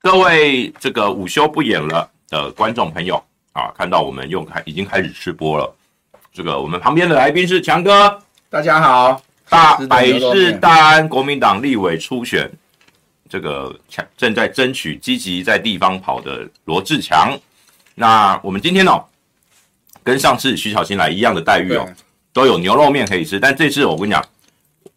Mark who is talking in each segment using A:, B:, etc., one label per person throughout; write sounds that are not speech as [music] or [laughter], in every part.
A: 各位这个午休不演了的观众朋友啊，看到我们用开已经开始吃播了。这个我们旁边的来宾是强哥，
B: 大家好，
A: 大
B: 是的
A: 百
B: 牛肉
A: 事
B: 面
A: 大安国民党立委初选，这个强正在争取积极在地方跑的罗志强。那我们今天哦，跟上次徐小新来一样的待遇哦，都有牛肉面可以吃。但这次我跟你讲，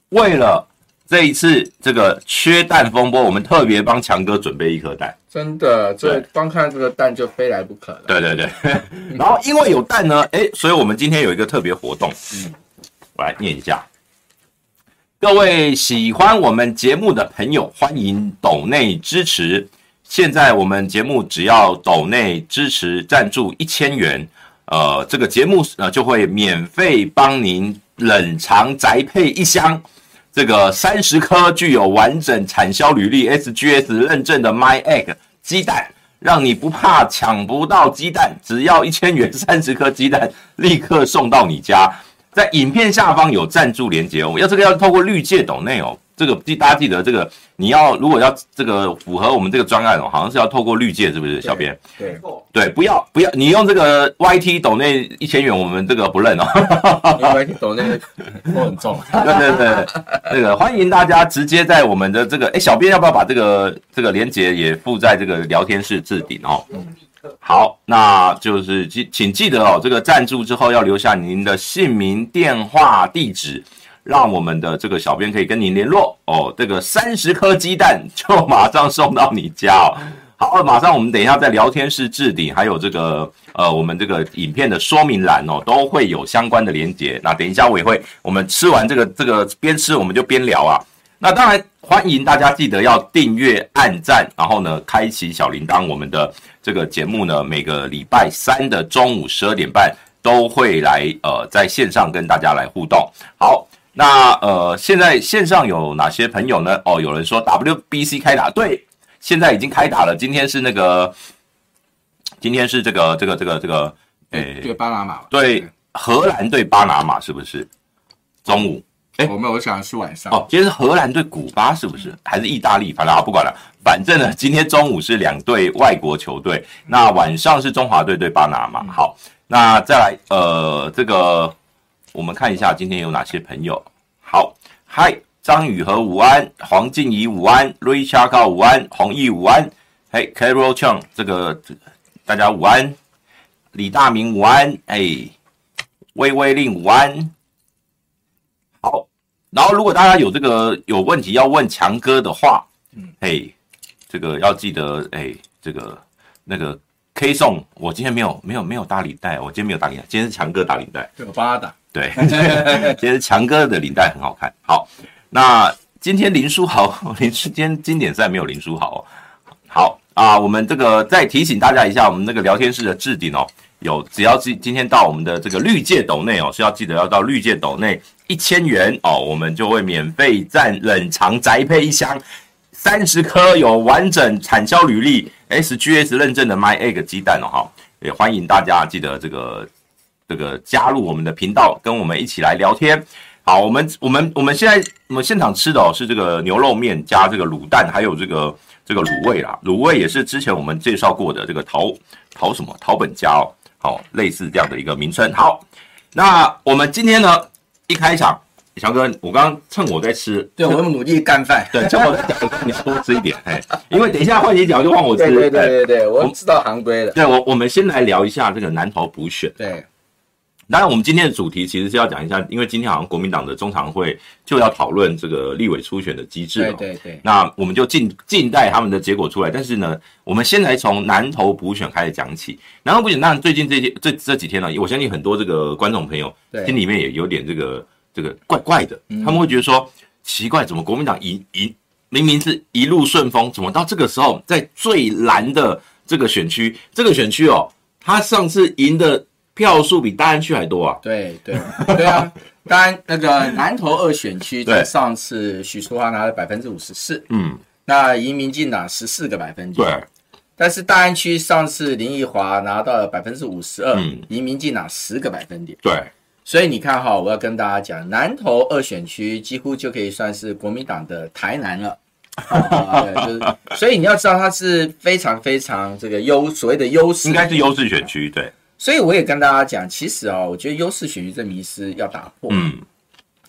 A: 为了这一次这个缺蛋风波，我们特别帮强哥准备一颗蛋。
B: 真的，这
A: 对
B: 光看这个蛋就非来不可了。
A: 对对对。然后因为有蛋呢，哎，所以我们今天有一个特别活动，嗯
B: 嗯，
A: 我来念一下。各位喜欢我们节目的朋友，欢迎抖内支持。现在我们节目只要抖内支持赞助一千元，呃，这个节目呃就会免费帮您冷藏宅配一箱。这个三十颗具有完整产销履历 SGS 认证的 My Egg 鸡蛋，让你不怕抢不到鸡蛋，只要一千元三十颗鸡蛋，立刻送到你家。在影片下方有赞助连接哦，要这个要透过绿界抖内哦，这个记大家记得这个你要如果要这个符合我们这个专案哦，好像是要透过绿界是不是？小编
B: 对，
A: 对，不要不要，你用这个 YT 抖内一千元，我们这个不认哦。
B: 因为你懂那
A: [laughs]
B: 个我很重，
A: 对对对，那个欢迎大家直接在我们的这个，哎，小编要不要把这个这个连接也附在这个聊天室置顶哦？好，那就是记，请记得哦，这个赞助之后要留下您的姓名、电话、地址，让我们的这个小编可以跟您联络哦。这个三十颗鸡蛋就马上送到你家哦。好，马上我们等一下在聊天室置顶，还有这个呃，我们这个影片的说明栏哦，都会有相关的连接。那等一下我也会，我们吃完这个这个边吃我们就边聊啊。那当然欢迎大家记得要订阅、按赞，然后呢开启小铃铛。我们的这个节目呢，每个礼拜三的中午十二点半都会来呃在线上跟大家来互动。好。那呃，现在线上有哪些朋友呢？哦，有人说 WBC 开打，对，现在已经开打了。今天是那个，今天是这个这个这个这个，诶、
B: 对巴拿马吧。
A: 哎对，荷兰对巴拿马是不是？中午哎
B: 我们我想是晚上。
A: 哦，今天是荷兰对古巴是不是？还是意大利？反正啊，不管了，反正呢，今天中午是两队外国球队，那晚上是中华队对巴拿马。好，那再来呃，这个我们看一下今天有哪些朋友。好，嗨，张宇和午安，黄静怡午安，Richard 高午安，弘毅午安，嘿，Carol Chang 这个大家午安，李大明午安，哎，微微令午安。好，然后如果大家有这个有问题要问强哥的话，嗯，嘿，这个要记得，哎，这个那个 K 送，我今天没有没有没有打领带，我今天没有打领带，今天是强哥打领带。
B: 对，我帮他打。
A: 对，其实强哥的领带很好看。好，那今天林书豪， [laughs] 林书今天经典赛没有林书豪、哦。好啊，我们这个再提醒大家一下，我们那个聊天室的置顶哦，有只要今今天到我们的这个绿界斗内哦，是要记得要到绿界斗内一千元哦，我们就会免费占冷藏宅配一箱。三十颗有完整产销履历 SGS 认证的 My Egg 鸡蛋哦哈，也欢迎大家记得这个这个加入我们的频道，跟我们一起来聊天。好，我们我们我们现在我们现场吃的哦是这个牛肉面加这个卤蛋，还有这个这个卤味啦，卤味也是之前我们介绍过的这个陶陶什么陶本家哦，好、类似这样的一个名称。好，那我们今天呢一开场，强哥，我刚刚趁我在吃，
B: 对，我们努力干饭。
A: [laughs] 对，趁我在讲的时候你要多吃一点，哎，因为等一下换你讲就换我吃，
B: 对对对
A: 哎
B: 对对，我知道行规了。
A: 对我我们先来聊一下这个南投补选。
B: 对，
A: 当然，我们今天的主题其实是要讲一下，因为今天好像国民党的中常会就要讨论这个立委初选的机制、哦。
B: 对对对，
A: 那我们就静静待他们的结果出来。但是呢，我们先来从南投补选开始讲起。南投补选，当然最近这些这这几天呢、我相信很多这个观众朋友
B: 对
A: 心里面也有点这个这个怪怪的，他们会觉得说奇怪，怎么国民党一一明明是一路顺风，怎么到这个时候在最蓝的这个选区，这个选区哦，他上次赢的票数比大安区还多啊？
B: 对对对啊！当然，那个南投二选区，
A: 对
B: 在上次许淑华拿了百分之五十四，
A: 嗯，
B: 那赢民进党十四个百分点。
A: 对，
B: 但是大安区上次林奕华拿到了百分之五十二
A: 嗯，
B: 赢民进党十个百分点。
A: 对，
B: 所以你看哈，我要跟大家讲，南投二选区几乎就可以算是国民党的台南了。啊对就是所以你要知道它是非常非常这个优所谓的优势，
A: 应该是优势选区，对，
B: 所以我也跟大家讲，其实啊、我觉得优势选区这迷失要打破。
A: 嗯，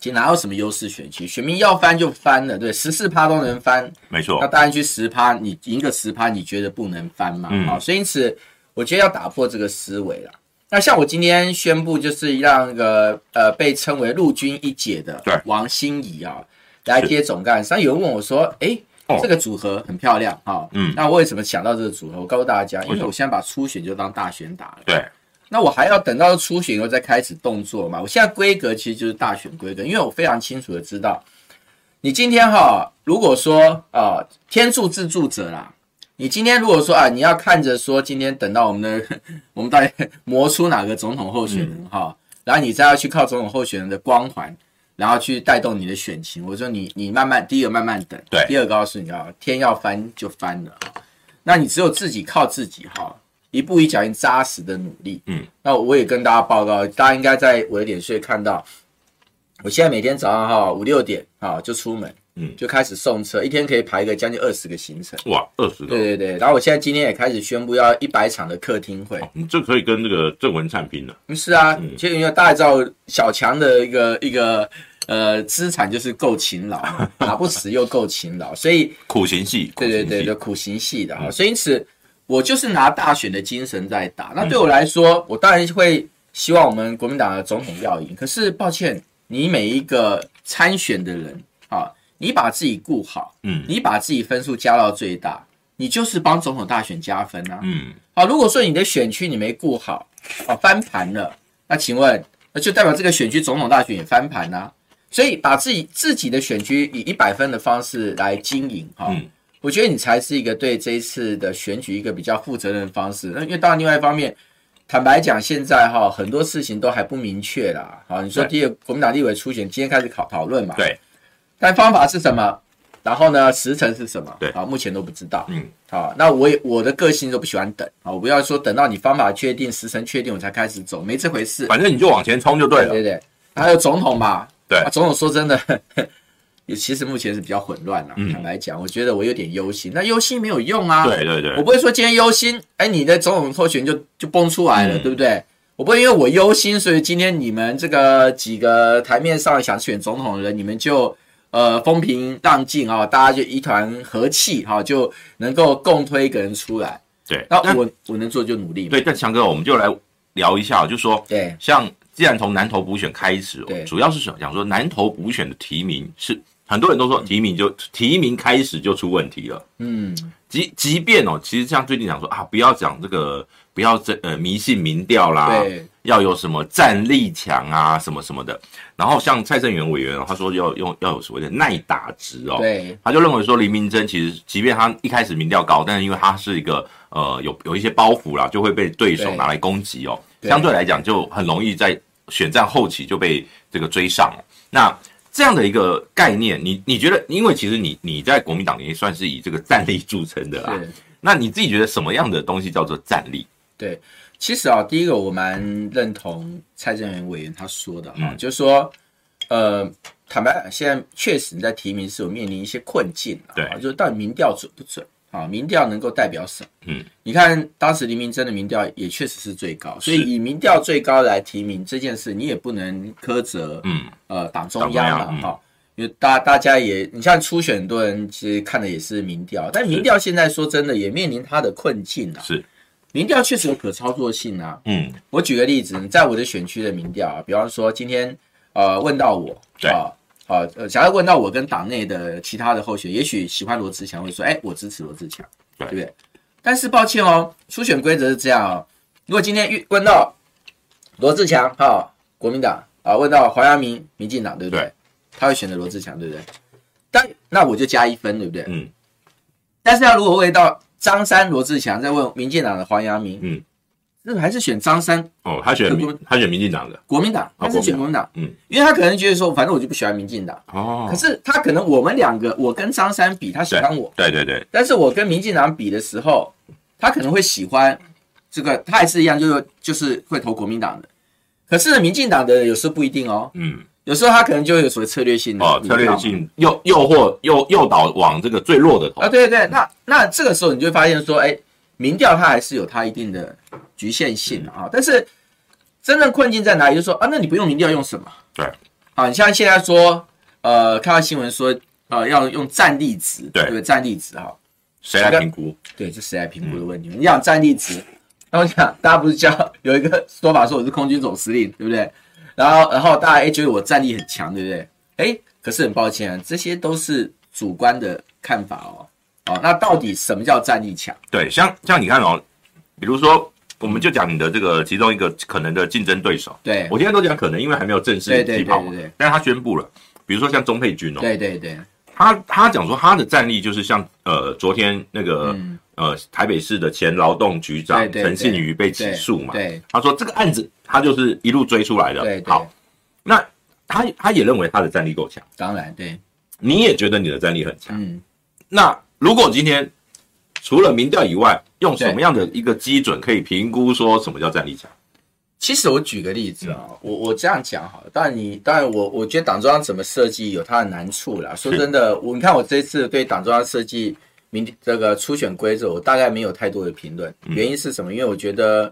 B: 其实哪有什么优势选区，选民要翻就翻了，对，十四趴都能翻，
A: 没错
B: 那，当然去十趴，你赢个十趴，你觉得不能翻嘛？啊、
A: 嗯
B: 所以因此我觉得要打破这个思维啦。那像我今天宣布，就是让那个呃被称为陆军一姐的
A: 对
B: 王心怡啊来接总干事。那有人问我说，诶，
A: 哦
B: 这个组合很漂亮啊、
A: 嗯
B: 那我为什么想到这个组合？我告诉大家，因
A: 为什
B: 为
A: 么
B: 我现在把初选就当大选打了。
A: 对，
B: 那我还要等到初选以后再开始动作嘛？我现在规格其实就是大选规格，因为我非常清楚的知道，你今天哈，如果说啊、呃天助自助者啦，你今天如果说啊，你要看着说今天等到我们的 [laughs] 我们到底磨出哪个总统候选人
A: 嗯
B: 哈、然后你再要去靠总统候选人的光环，然后去带动你的选情。我说你你慢慢，第一个慢慢等，
A: 对
B: 第二个告诉你啊，天要翻就翻了啊，那你只有自己靠自己哈。一步一脚印扎实的努力。
A: 嗯，
B: 那我也跟大家报告，大家应该在我的脸书也看到，我现在每天早上哈五六点啊就出门，
A: 嗯
B: 就开始送车，一天可以排个将近二十个行程。
A: 哇，二十个，
B: 对对对，然后我现在今天也开始宣布要一百场的客厅会。
A: 你嗯这可以跟这个郑文灿拼了，
B: 嗯是啊，其实因为大家知道小强的一个一个呃资产就是够勤劳，打不死又够勤劳，所以
A: 苦行系，苦嗯
B: 对
A: 行
B: 对
A: 系
B: 对，就苦行系的哈、所以因此我就是拿大选的精神在
A: 嗯
B: 打。那对我来说，我当然会希望我们国民党的总统要赢。可是抱歉，你每一个参选的人啊，你把自己顾好，
A: 嗯
B: 你把自己分数加到最大，你就是帮总统大选加分啊。
A: 嗯，
B: 好，如果说你的选区你没顾好，啊翻盘了，那请问那就代表这个选区总统大选也翻盘啦、啊所以把自己自己的选区以一百分的方式来经营哈、
A: 嗯
B: 我觉得你才是一个对这一次的选举一个比较负责任的方式。那因为当然另外一方面，坦白讲，现在哈、很多事情都还不明确啦。好，你说
A: 对
B: 第一个国民党立委初选今天开始考讨论嘛？
A: 对。
B: 但方法是什么？然后呢，时辰是什么？
A: 对
B: 啊，目前都不知道。
A: 嗯，
B: 好，那我也我的个性都不喜欢等啊，我不要说等到你方法确定、时辰确定我才开始走，没这回事。
A: 反正你就往前冲就对
B: 对
A: 了，
B: 不对，还有总统嘛，
A: 对
B: 啊总统说真的， [laughs] 也其实目前是比较混乱了、
A: 嗯
B: 坦白讲，我觉得我有点忧心，那忧心没有用啊。
A: 对对
B: 我
A: 对，
B: 不会说今天忧心，哎，你的总统候选人就就崩出来了，
A: 嗯
B: 对不对？我不会因为我忧心，所以今天你们这个几个台面上想选总统的人，你们就呃风平浪静啊、大家就一团和气哈、就能够共推一个人出来。
A: 对，
B: 那我我能做就努力嘛。
A: 对，但强哥，我们就来聊一下，就说
B: 对
A: 像既然从南投补选开始、哦
B: 对，
A: 主要是想想说南投补选的提名是很多人都说提名就提名开始就出问题了。
B: 嗯，
A: 即即便哦，其实像最近讲说啊，不要讲这个，不要这呃迷信民调啦，
B: 对
A: 要有什么战力强啊，什么什么的。然后像蔡正元委员、哦，他说要用要有所谓的耐打值哦，
B: 对
A: 他就认为说林明珍其实，即便他一开始民调高，但是因为他是一个呃有有一些包袱啦，就会被对手
B: 对
A: 拿来攻击哦。
B: 对
A: 相对来讲，就很容易在选战后期就被这个追上哦。那这样的一个概念，你你觉得，因为其实你你在国民党也算是以这个战力著称的啦
B: 是。
A: 那你自己觉得什么样的东西叫做战力？
B: 对，其实啊，第一个我蛮认同蔡正元委员他说的哈、
A: 嗯
B: 就是说，呃，坦白讲，现在确实你在提名是有面临一些困境啊，
A: 对
B: 就是到底民调准不准啊？民调能够代表什么？
A: 嗯，
B: 你看当时黎明真的民调也确实是最高，所以
A: 是
B: 以民调最高来提名这件事，你也不能苛责
A: 嗯，
B: 呃党中央
A: 党中央
B: 嘛
A: 嗯
B: 哈。因为大大家也，你像初选很多人其实看的也是民调，但民调现在说真的也面临它的困境啊。
A: 是，
B: 民调确实有可操作性啊，
A: 嗯，
B: 我举个例子，在我的选区的民调啊，比方说今天呃问到我，
A: 对
B: 啊，啊呃，假如问到我跟党内的其他的候选，也许喜欢罗志强会说，哎，我支持罗志强，
A: 对
B: 不对？但是抱歉哦，初选规则是这样哦，如果今天遇问到罗志强哈、国民党啊，问到黄阳明民进党对不对？
A: 对
B: 他会选择罗志强对不对？但那我就加一分对不对？
A: 嗯。
B: 但是他如果问到张三罗志强，再问民进党的黄阳明，
A: 嗯，
B: 那还是选张三
A: 哦，他选
B: 这
A: 民，他选民进党的
B: 国民党，他是选国民党，
A: 啊国民党嗯，
B: 因为他可能觉得说，反正我就不喜欢民进党，
A: 哦
B: 可，是他可能我们两个，我跟张三比，他喜欢我，
A: 对对对，
B: 但是我跟民进党比的时候，他可能会喜欢这个，他还是一样，就是就是会投国民党的，可是呢，民进党的人有时候不一定哦，
A: 嗯，
B: 有时候它可能就会有所谓策略性的
A: 哦，
B: 你
A: 策略
B: 知道吗
A: 性诱诱惑诱诱导往这个最弱的头
B: 啊，，对对对，那那这个时候你就会发现说，哎，民调它还是有它一定的局限性啊，但是真正困境在哪里？就是说啊，那你不用民调用什么？
A: 对，
B: 啊，你像现在说，呃，看到新闻说，呃，要用战力值，
A: 对
B: 不战力值哈，
A: 谁来评估？
B: 对，这谁来评
A: 嗯
B: 估的问题？你讲战力值，那我讲大家不是叫有一个说法说我是空军总司令，对不对？然后然后大家哎觉得我战力很强，对不对？哎，可是很抱歉啊，这些都是主观的看法哦。哦，那到底什么叫战力强？
A: 对，像像你看哦，比如说，我们就讲你的这个其中一个可能的竞争对手。
B: 对
A: 我现在都讲可能，因为还没有正式
B: 对对
A: 起跑嘛
B: 对对对。
A: 但是他宣布了，比如说像钟佩君哦，
B: 对对对，
A: 他他讲说他的战力就是像呃昨天那个、
B: 嗯
A: 呃台北市的前劳动局长
B: 对对对
A: 陈信宇被起
B: 对
A: 诉嘛，
B: 对
A: 他说这个案子他就是一路追出来的。
B: 对对，
A: 好，那他他也认为他的战力够强，
B: 当然对，
A: 你也觉得你的战力很强。
B: 嗯，
A: 那如果今天除了民调以外，用什么样的一个基准可以评估说什么叫战力强？
B: 其实我举个例子啊、我我这样讲好了，当然你当然我我觉得党中央怎么设计有它的难处啦。说真的，我你看我这次对党中央设计明这个初选规则，我大概没有太多的评论，原因是什么？因为我觉得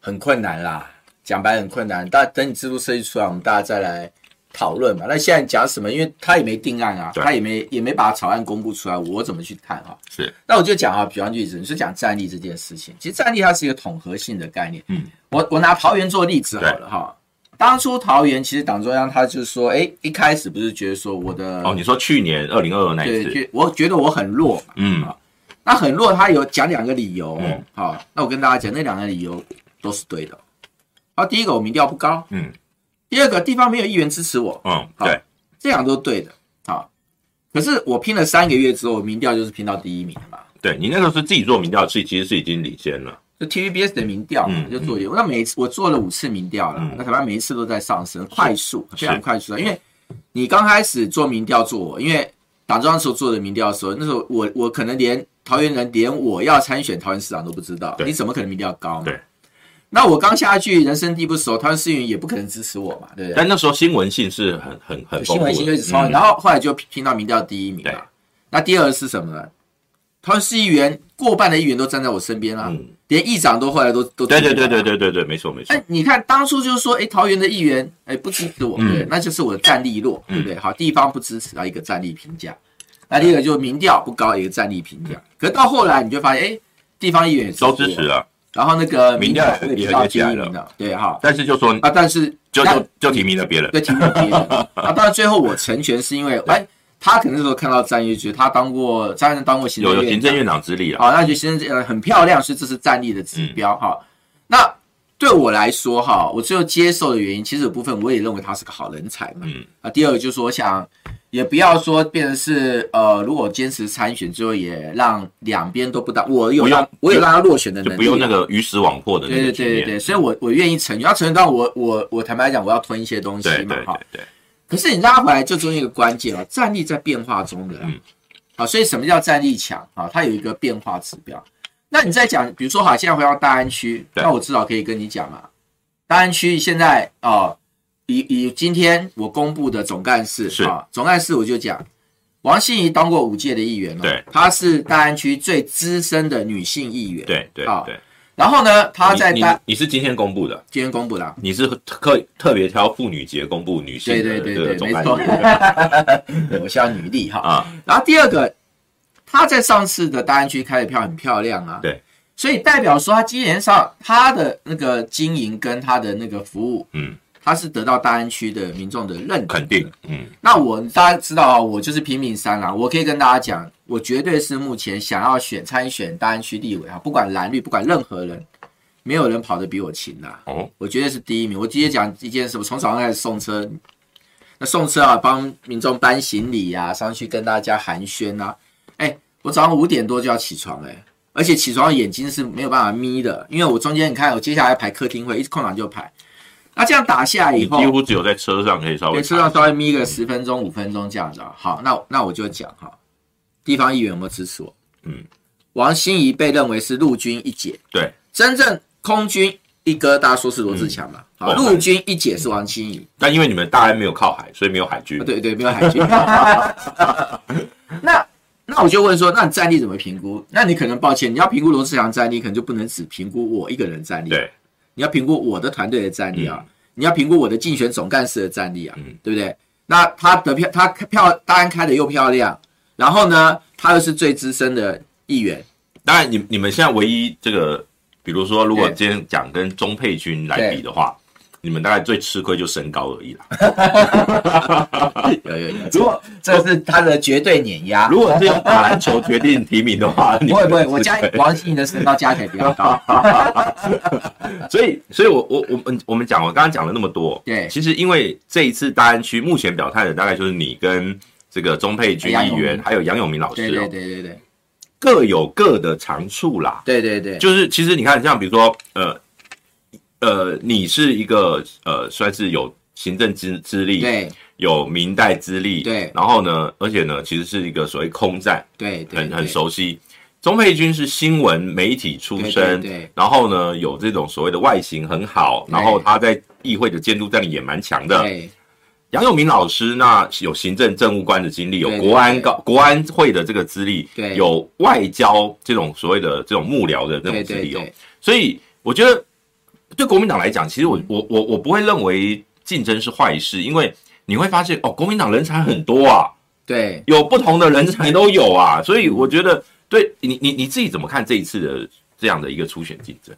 B: 很困难啦，讲白很困难。但等你制度设计出来，我们大家再来讨论嘛。那现在讲什么？因为他也没定案啊，
A: 对
B: 他也没也没把草案公布出来，我怎么去看啊？
A: 是
B: 那我就讲啊，比方例子，你是讲战力这件事情，其实战力它是一个统合性的概念。
A: 嗯，
B: 我我拿桃园做例子好了哈。当初桃园其实党中央他就说，哎，一开始不是觉得说我的、
A: 哦，你说去年二零二二那一
B: 对，
A: 次，
B: 觉我觉得我很弱嘛，
A: 嗯
B: 啊那很弱，他有讲两个理由哦
A: 嗯，
B: 好、那我跟大家讲，那两个理由都是对的。好，第一个我民调不高，
A: 嗯
B: 第二个地方没有议员支持我，
A: 嗯，
B: 好
A: 对，
B: 这两个都对的。好，可是我拼了三个月之后，我民调就是拼到第一名了嘛。
A: 对你那个是自己做民调，是其实是已经领先了。
B: 就 TVBS 的民调嘛
A: 嗯
B: 就做一个，那每一次我做了五次民调了
A: 嗯，
B: 那台湾每一次都在上升，快速，非常快速的。因为你刚开始做民调做我，因为党中央时候做的民调的时候，那时候我我可能连桃园人连我要参选桃园市长都不知道，
A: 对
B: 你怎么可能民调高嘛？
A: 对。
B: 那我刚下去，人生地不熟，桃园市议员也不可能支持我嘛，对不对？
A: 但那时候新闻性是很很很丰
B: 新
A: 富的，
B: 闻性就一直超，
A: 嗯
B: 然后后来就拼到民调第一名
A: 对
B: 了。那第二是什么呢？桃园市议员过半的议员都站在我身边啦、
A: 嗯
B: 连议长都后来都都
A: 对对
B: 支持我
A: 对对对对对，没错没错
B: 哎，，你看当初就是说，哎，桃园的议员，哎，不支持我，
A: 嗯
B: 对，那就是我的战力弱，对不对？好，地方不支持啊，一个战力评价。那第二个就民调不高，一个战力评价。可到后来你就发现，哎，地方议员也
A: 嗯都支持
B: 我，
A: 啊，
B: 然后那个
A: 民
B: 民
A: 调
B: 调
A: 也
B: 也比较
A: 也起
B: 第一
A: 来
B: 名了，对哈。
A: 但是就说
B: 啊，但是
A: 就
B: 那
A: 就就提名了
B: [laughs]
A: 别人，
B: 对，挺有别人的啊。当然，最后我成全是因为，哎，他可能那时候看到战役，觉得他当过张院当过行
A: 有
B: 政
A: 有
B: 院
A: 行
B: 长
A: 政院长之力啊，
B: 好，那就先呃很漂亮，所以这是战力的指标
A: 嗯
B: 哈、那对我来说哈，我最后接受的原因，其实有部分我也认为他是个好人才嘛。
A: 嗯
B: 啊，第二个就是说，我想也不要说变成是呃，如果坚持参选，最后也让两边都不当，我有
A: 不用
B: 让我有让他落选的
A: 就
B: 能
A: 不
B: 力，
A: 用那个鱼死网破的那
B: 对
A: 个
B: 对
A: 局
B: 对对
A: 面，
B: 对，所以我我愿意承认，要承认到我我我坦白讲，我要吞一些东西
A: 对
B: 嘛
A: 对
B: 哈
A: 对。对，
B: 可是你拉回来，就中间一个关键啊，战力在变化中的啦、
A: 嗯
B: 啊，所以什么叫战力强啊？它有一个变化指标。那你再讲，比如说好，现在回到大安区，
A: 对
B: 那我至少可以跟你讲嘛，大安区现在啊、以以今天我公布的总干事
A: 是
B: 啊，总干事我就讲，王心怡当过五届的议员了、
A: 对
B: 她是大安区最资深的女性议员，，
A: 对对
B: 好
A: 对。
B: 然后呢，她啊在
A: 你你
B: 大
A: 你是今天公布的，
B: 今天公布了啊，
A: 你是特特别挑妇女节公布女性
B: 对
A: 的
B: 对
A: 这
B: 对
A: 个
B: 对，
A: 总
B: 没
A: 干
B: 错
A: 事，
B: 对， [laughs] 我需要女力哈
A: 啊，
B: 然后第二个，他在上次的大安区开的票很漂亮啊，
A: 对，
B: 所以代表说他今年上他的那个经营跟他的那个服务，
A: 嗯，
B: 他是得到大安区的民众的认可。
A: 肯定，嗯，
B: 那我大家知道啊，我就是拼命三郎，我可以跟大家讲，我绝对是目前想要选参选大安区立委啊，不管蓝绿，不管任何人，没有人跑得比我勤啊啦、
A: 哦，
B: 我绝对是第一名。我直接讲一件事，我从早上开始送车，那送车啊，帮民众搬行李啊，上去跟大家寒暄啊。哎，我早上五点多就要起床哎、而且起床眼睛是没有办法眯的，因为我中间你看，我接下来排客厅会，一空档就排。那这样打下来
A: 你
B: 以后
A: 几，乎只有在车上可以稍微
B: 对，车上稍微眯个十分钟、五分钟这样子啊。好，那那我就讲哈，地方议员有没有支持我？
A: 嗯，
B: 王心怡被认为是陆军一姐，
A: 对
B: 真正空军一哥大家说是罗志强嘛，好，
A: 哦
B: 陆军一姐是王清怡，
A: 但因为你们大安没有靠海，所以没有海军。
B: 啊对对，没有
A: [laughs]
B: 海军。那那我就问说，那你战力怎么评估？那你可能抱歉，你要评估罗志祥战力，可能就不能只评估我一个人战力，
A: 对，嗯
B: 你要评估我的团队的战力啊，你要评估我的竞选总干事的战力啊，对不对？那他得票，他票当然开的又漂亮，然后呢，他又是最资深的议员，
A: 当然你你们现在唯一这个，比如说如果
B: 对
A: 今天讲跟钟佩君来比的话，你们大概最吃亏就身高而已啦。
B: 有有有，如果这是他的绝对碾压。
A: 如果是用打篮球决定提名的话， [laughs] 你
B: [laughs] 不
A: 们
B: 会不会，我
A: 吃
B: 家
A: 亏
B: 王心怡的身高加起来比较高，
A: [laughs] 所以，所以我我我们我们讲，我刚刚讲了那么多，
B: 对
A: 其实因为这一次大安区目前表态的大概就是你跟这个钟佩君
B: 哎杨
A: 议
B: 永
A: 员
B: 明
A: 还有杨永明老师、哦，
B: 对对对对对
A: 各有各的长处啦。
B: 对对对，
A: 就是其实你看，像比如说，呃呃，你是一个呃，算是有行政资资历，
B: 对
A: 有明代资历，
B: 对
A: 然后呢，而且呢，其实是一个所谓空战，
B: 对对，
A: 很
B: 对
A: 很熟悉。钟佩君是新闻媒体出身，
B: 对对对
A: 然后呢有这种所谓的外形很好，
B: 对
A: 然后他在议会的监督战力也蛮强的。
B: 对
A: 杨永明老师那有行政政务官的经历，有
B: 对
A: 国安
B: 对
A: 高国安会的这个资历，
B: 对
A: 有外交这种所谓的这种幕僚的这种
B: 对
A: 资
B: 对
A: 历哦。
B: 对，
A: 所以我觉得对国民党来讲，其实
B: 嗯
A: 我我我我不会认为竞争是坏事，因为你会发现哦，国民党人才很多啊，
B: 对
A: 有不同的人才都有
B: 嗯
A: 啊，所以我觉得对你你你自己怎么看这一次的这样的一个初选竞争？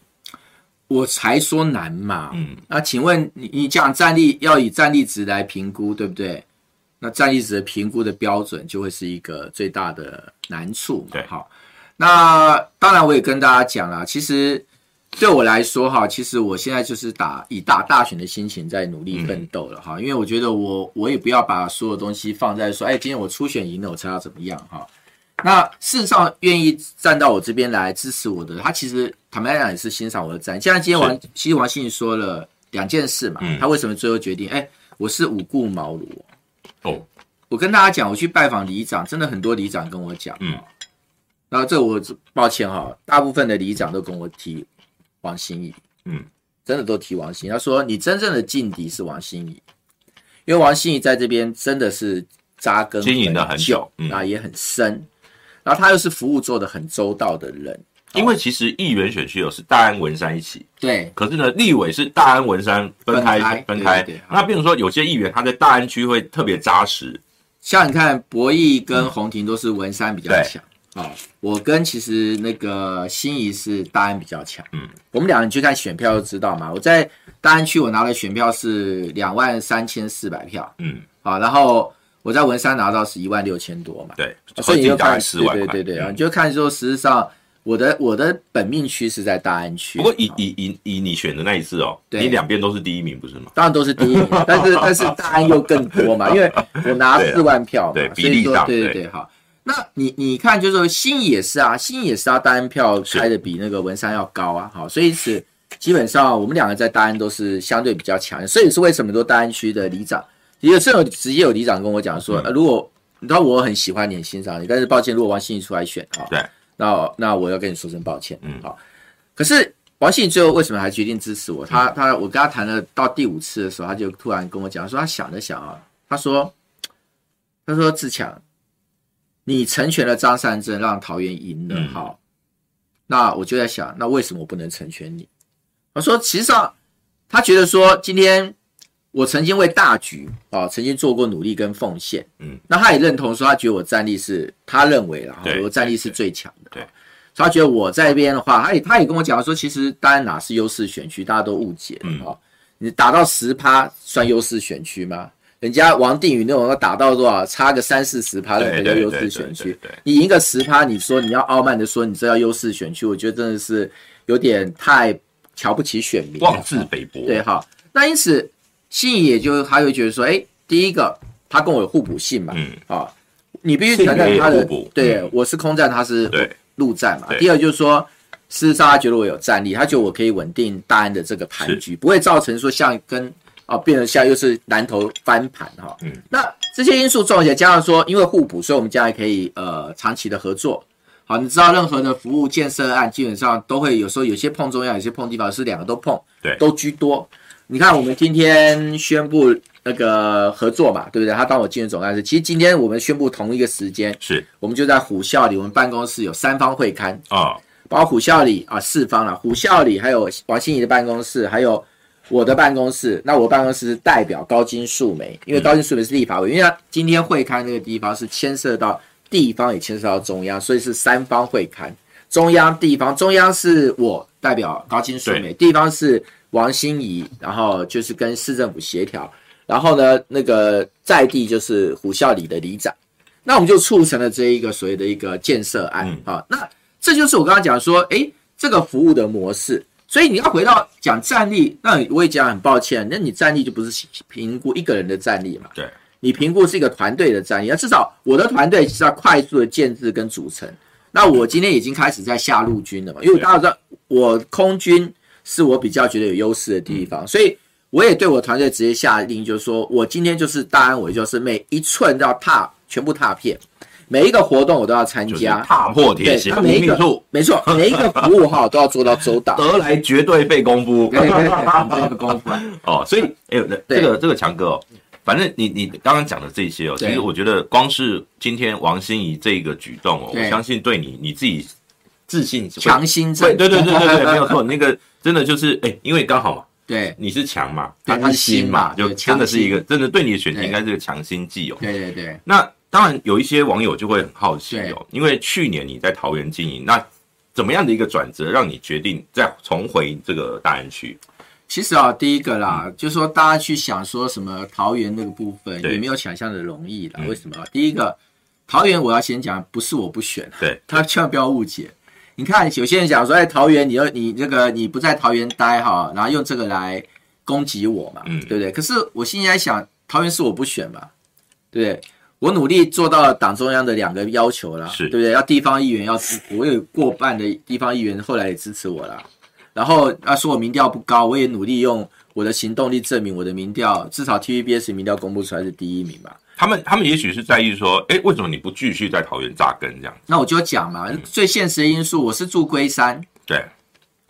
B: 我才说难嘛。
A: 嗯，
B: 那请问你你讲战力要以战力值来评估，对不对？那战力值的评估的标准就会是一个最大的难处嘛
A: 对。
B: 好，那当然我也跟大家讲啦，其实对我来说哈，其实我现在就是打以打大选的心情在努
A: 嗯
B: 力奋斗了哈，因为我觉得我我也不要把所有东西放在说，哎，今天我初选赢了，我才要怎么样哈。那事实上，愿意站到我这边来支持我的，他其实坦白讲也是欣赏我的战。像今天王，其实王心怡说了两件事嘛，
A: 嗯
B: 他为什么最后决定？哎，我是五顾茅庐哦。
A: 哦，
B: 我跟大家讲，我去拜访里长，真的很多里长跟我讲，
A: 嗯
B: 嗯，然后这我抱歉哈、大部分的里长都跟我提王心怡，
A: 嗯
B: 嗯，真的都提王心怡。他说你真正的劲敌是王心怡，因为王心怡在这边真的是扎根
A: 经营得很久
B: 久
A: 嗯
B: 然后也很深，然后他又是服务做得很周到的人，
A: 因为其实议员选区有是大安文山一起，
B: 对
A: 可是呢，立委是大安文山分
B: 分
A: 开
B: 开
A: 分开
B: 对对对。
A: 那比如说有些议员他在大安区会特别扎实，
B: 像你看，博弈跟红婷都是文山比较
A: 嗯对
B: 强啊、我跟其实那个心仪是大安比较强。
A: 嗯，
B: 我们俩你去看选票就知道嘛。我在大安区我拿的选票是两万三千四百票，
A: 嗯，
B: 啊，然后我在文山拿到是一万六千多嘛，
A: 对，
B: 啊所以你
A: 合
B: 就
A: 计大概
B: 看
A: 四万
B: 对
A: 块，
B: 对对对，啊，
A: 嗯
B: 你就看说实际上我的我的本命区是在大安区，
A: 不过哦以
B: 啊
A: 以以以你选的那一次哦，
B: 对
A: 你两边都是第一名，不是吗？
B: 当然都是第一名，但是但是大安又更多嘛，因为我拿
A: 对啊
B: 四万票嘛，
A: 对比
B: 所以
A: 例
B: 说
A: 上
B: 对
A: 对
B: 对对，好。那你你看，就是说新也是啊，新也是啊，大安票开的比那个文山要高啊，好，所以是基本上我们两个在大安都是相对比较强，所以是为什么说大安区的里长，也有甚至有直接有里长跟我讲说，
A: 嗯
B: 呃如果你知道我很喜欢你，很欣赏你，但是抱歉，如果王心怡出来选啊，
A: 对，
B: 那那我要跟你说声抱歉，嗯，好。可是王信最后为什么还决定支持我？
A: 嗯
B: 他他我跟他谈了到第五次的时候，他就突然跟我讲说，他想了想啊，他说，他说志强，你成全了张善政，让桃园赢了，
A: 嗯
B: 好，那我就在想，那为什么我不能成全你？我说，其实上他觉得说，今天我曾经为大局啊，曾经做过努力跟奉献，
A: 嗯，
B: 那他也认同说，他觉得我战力是，他认为了，
A: 对
B: 我战力是最强的，
A: 对对
B: 所以他觉得我在这边的话，他也他也跟我讲说，其实当然哪是优势选区，大家都误解啊、
A: 嗯
B: 哦你打到十趴算优势选区吗？人家王定宇那种要打到多少，差个三四十趴
A: 对
B: 才
A: 对
B: 叫
A: 对
B: 优
A: 对
B: 势选
A: 对
B: 区
A: 对对。
B: 你赢个十趴，你说你要傲慢的说你这叫优势选区，我觉得真的是有点太瞧不起选民了。啊
A: 妄自菲薄，
B: 对，哈，那因此信也就他会觉得说，哎，第一个他跟我有互补性嘛，
A: 嗯，
B: 啊，你必须承
A: 性
B: 认
A: 也
B: 他的
A: 互补
B: 对
A: 嗯
B: 我是空战，他是
A: 对
B: 陆战嘛
A: 对。
B: 第二就是说，事实上他觉得我有战力，他觉得我可以稳定大安的这个盘局，不会造成说像跟啊变成像又是南投翻盘哈。
A: 嗯，
B: 那这些因素综合起来，加上说因为互补，所以我们将来可以呃长期的合作。好，你知道任何的服务建设案，基本上都会有时候有些碰中央，有些碰地方，是两个都碰，
A: 对
B: 都居多。你看，我们今天宣布那个合作嘛，对不对？他当我竞选总干事，其实今天我们宣布同一个时间，
A: 是
B: 我们就在虎啸里，我们办公室有三方会刊，
A: 啊、
B: 包括虎啸里啊四方了，虎啸里还有王心怡的办公室，还有我的办公室。那我办公室是代表高金素梅，因为高金素梅是立法委，因为他今天会刊那个地方是牵涉到地方，也牵涉到中央，所以是三方会刊。中央、地方，中央是我代表高金素梅，地方是王心怡，然后就是跟市政府协调，然后呢，那个在地就是虎啸里的里长。那我们就促成了这一个所谓的一个建设案、啊。那这就是我刚刚讲说，诶，这个服务的模式。所以你要回到讲战力，那我也讲很抱歉，那你战力就不是评估一个人的战力嘛？
A: 对，
B: 你评估是一个团队的战力。那至少我的团队是要快速的建制跟组成。那我今天已经开始在下陆军了嘛，因为我大家知道我空军是我比较觉得有优势的地
A: 嗯
B: 方，所以我也对我团队直接下令，就是说我今天就是大安，我就是每一寸都要踏，全部踏遍，每一个活动我都要参
A: 就是
B: 加，
A: 踏破铁鞋
B: 对
A: 无
B: 每一
A: 觅
B: 个
A: 处，
B: 没 [laughs] 错，每一个服务哈都要做到周到。
A: 得来绝对费功夫。
B: 对对对，这个功夫啊，
A: [laughs] 哦，所以哎呦，那
B: 对
A: 这个这个强哥哦，反正你你刚刚讲的这些哦，其
B: 对
A: 实我觉得光是今天王心怡这个举动哦，我
B: 对
A: 相信对你你自己自信会
B: [laughs] 强心
A: 对
B: 针，
A: 对对对对
B: [laughs]
A: 对，没有错，那个真的就是哎，因为刚好嘛，
B: 对
A: 你是强嘛，
B: 对
A: 他
B: 他
A: 是
B: 是
A: 心
B: 心
A: 嘛，
B: 嘛
A: 就
B: 对
A: 真的是一个真的对你的选情
B: 对
A: 应该是个强心剂哦。
B: 对对对，
A: 那当然有一些网友就会很好奇哦，因为去年你在桃园经营，那怎么样的一个转折让你决定再重回这个大安区？
B: 其实啊，第一个啦，就是说大家去想说什么桃园那个部分，
A: 对
B: 也没有想象的容易啦。
A: 嗯
B: 为什么？啊第一个，桃园我要先讲，不是我不选，
A: 对，
B: 他千万不要误解。你看，有些人讲说，哎，桃园，你要你这个你不在桃园待哈，然后用这个来攻击我嘛，
A: 嗯
B: 对不对？可是我心里在想，桃园是我不选嘛，对不对？我努力做到了党中央的两个要求啦，
A: 是
B: 对不对？要地方议员要支，我有过半的地方议员后来也支持我啦。然后啊，说我民调不高，我也努力用我的行动力证明我的民调，至少 TVBS 民调公布出来是第一名嘛。
A: 他们他们也许是在意说，哎、为什么你不继续在桃园扎根这样？
B: 那我就讲嘛，
A: 嗯
B: 最现实的因素，我是住龟山，
A: 对，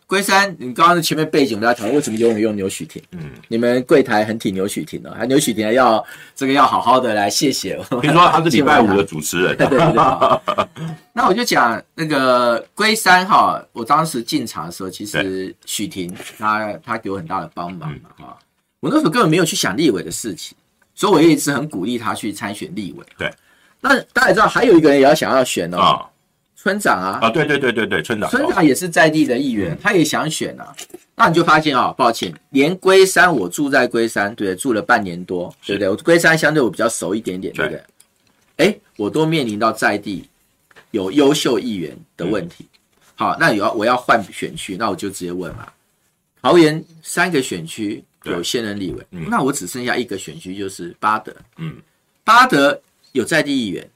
B: 龟山，你刚刚前面背景我们在讨论为什么永远用牛许婷，
A: 嗯，
B: 你们柜台很挺牛许婷的、哦，还牛许婷还要这个要好好的来谢谢我。 [laughs]
A: 听说他是礼拜五的主持人，
B: 对对对对。
A: [laughs]
B: 那我就讲那个龟山哈，我当时进场的时候，其实许婷她她给我很大的帮忙
A: 嗯
B: 嘛哈。我那时候根本没有去想立委的事情，所以我也一直很鼓励她去参选立委。
A: 对。
B: 那大家也知道，还有一个人也要想要选哦， [laughs]
A: 啊
B: 村长啊，
A: 啊，对对对对对，村长，哦
B: 村长也是在地的
A: 嗯
B: 议员，他也想选啊。那你就发现啊，抱歉，连龟山我住在龟山，对不对，住了半年多，对不对？我龟山相对我比较熟一点点，对不对？哎，我都面临到在地有优秀议员的问题。
A: 嗯
B: 好，那有要我要换选区，那我就直接问嘛。桃园三个选区
A: 对
B: 有现任立委，
A: 嗯
B: 那我只剩下一个选区，就是巴德。
A: 嗯，
B: 巴德有在地议员，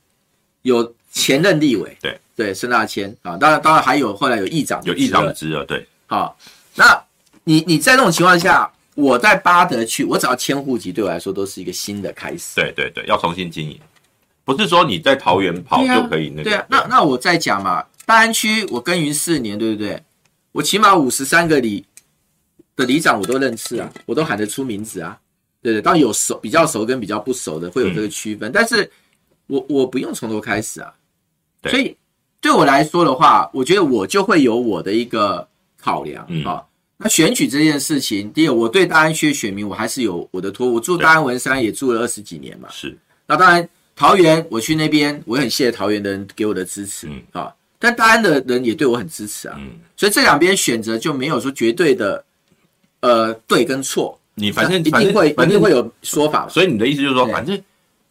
B: 有前任立委，
A: 对
B: 对，孙大千啊，当然当然还有后来有议长，
A: 有议长职了，对，
B: 好，啊那你你在那种情况下，我在巴德去，我只要迁户籍，对我来说都是一个新的开始。
A: 对对对，要重新经营，不是说你在桃园跑
B: 对啊
A: 就可以那个，
B: 对啊，那那我再讲嘛，大安区我耕耘四年，对不对？我起码五十三个里的里长我都认识啊，
A: 嗯
B: 我都喊得出名字啊，对不对？当然有熟比较熟跟比较不熟的会有这个区
A: 嗯
B: 分，但是我我不用从头开始啊，
A: 对
B: 所以对我来说的话，我觉得我就会有我的一个考量、
A: 嗯
B: 啊。那选举这件事情，第一个，我对大安区的选民，我还是有我的托，我住大安文山也住了二十几年嘛，
A: 是
B: 那当然，桃园我去那边，我很谢谢桃园的人给我的支持、
A: 嗯
B: 啊，但大安的人也对我很支持啊，
A: 嗯
B: 所以这两边选择就没有说绝对的，呃，对跟错，啊
A: 你反正
B: 一
A: 反
B: 定
A: 正
B: 会
A: 反
B: 一定
A: 正
B: 会有说法嘛。
A: 所以你的意思就是说，
B: 对
A: 反正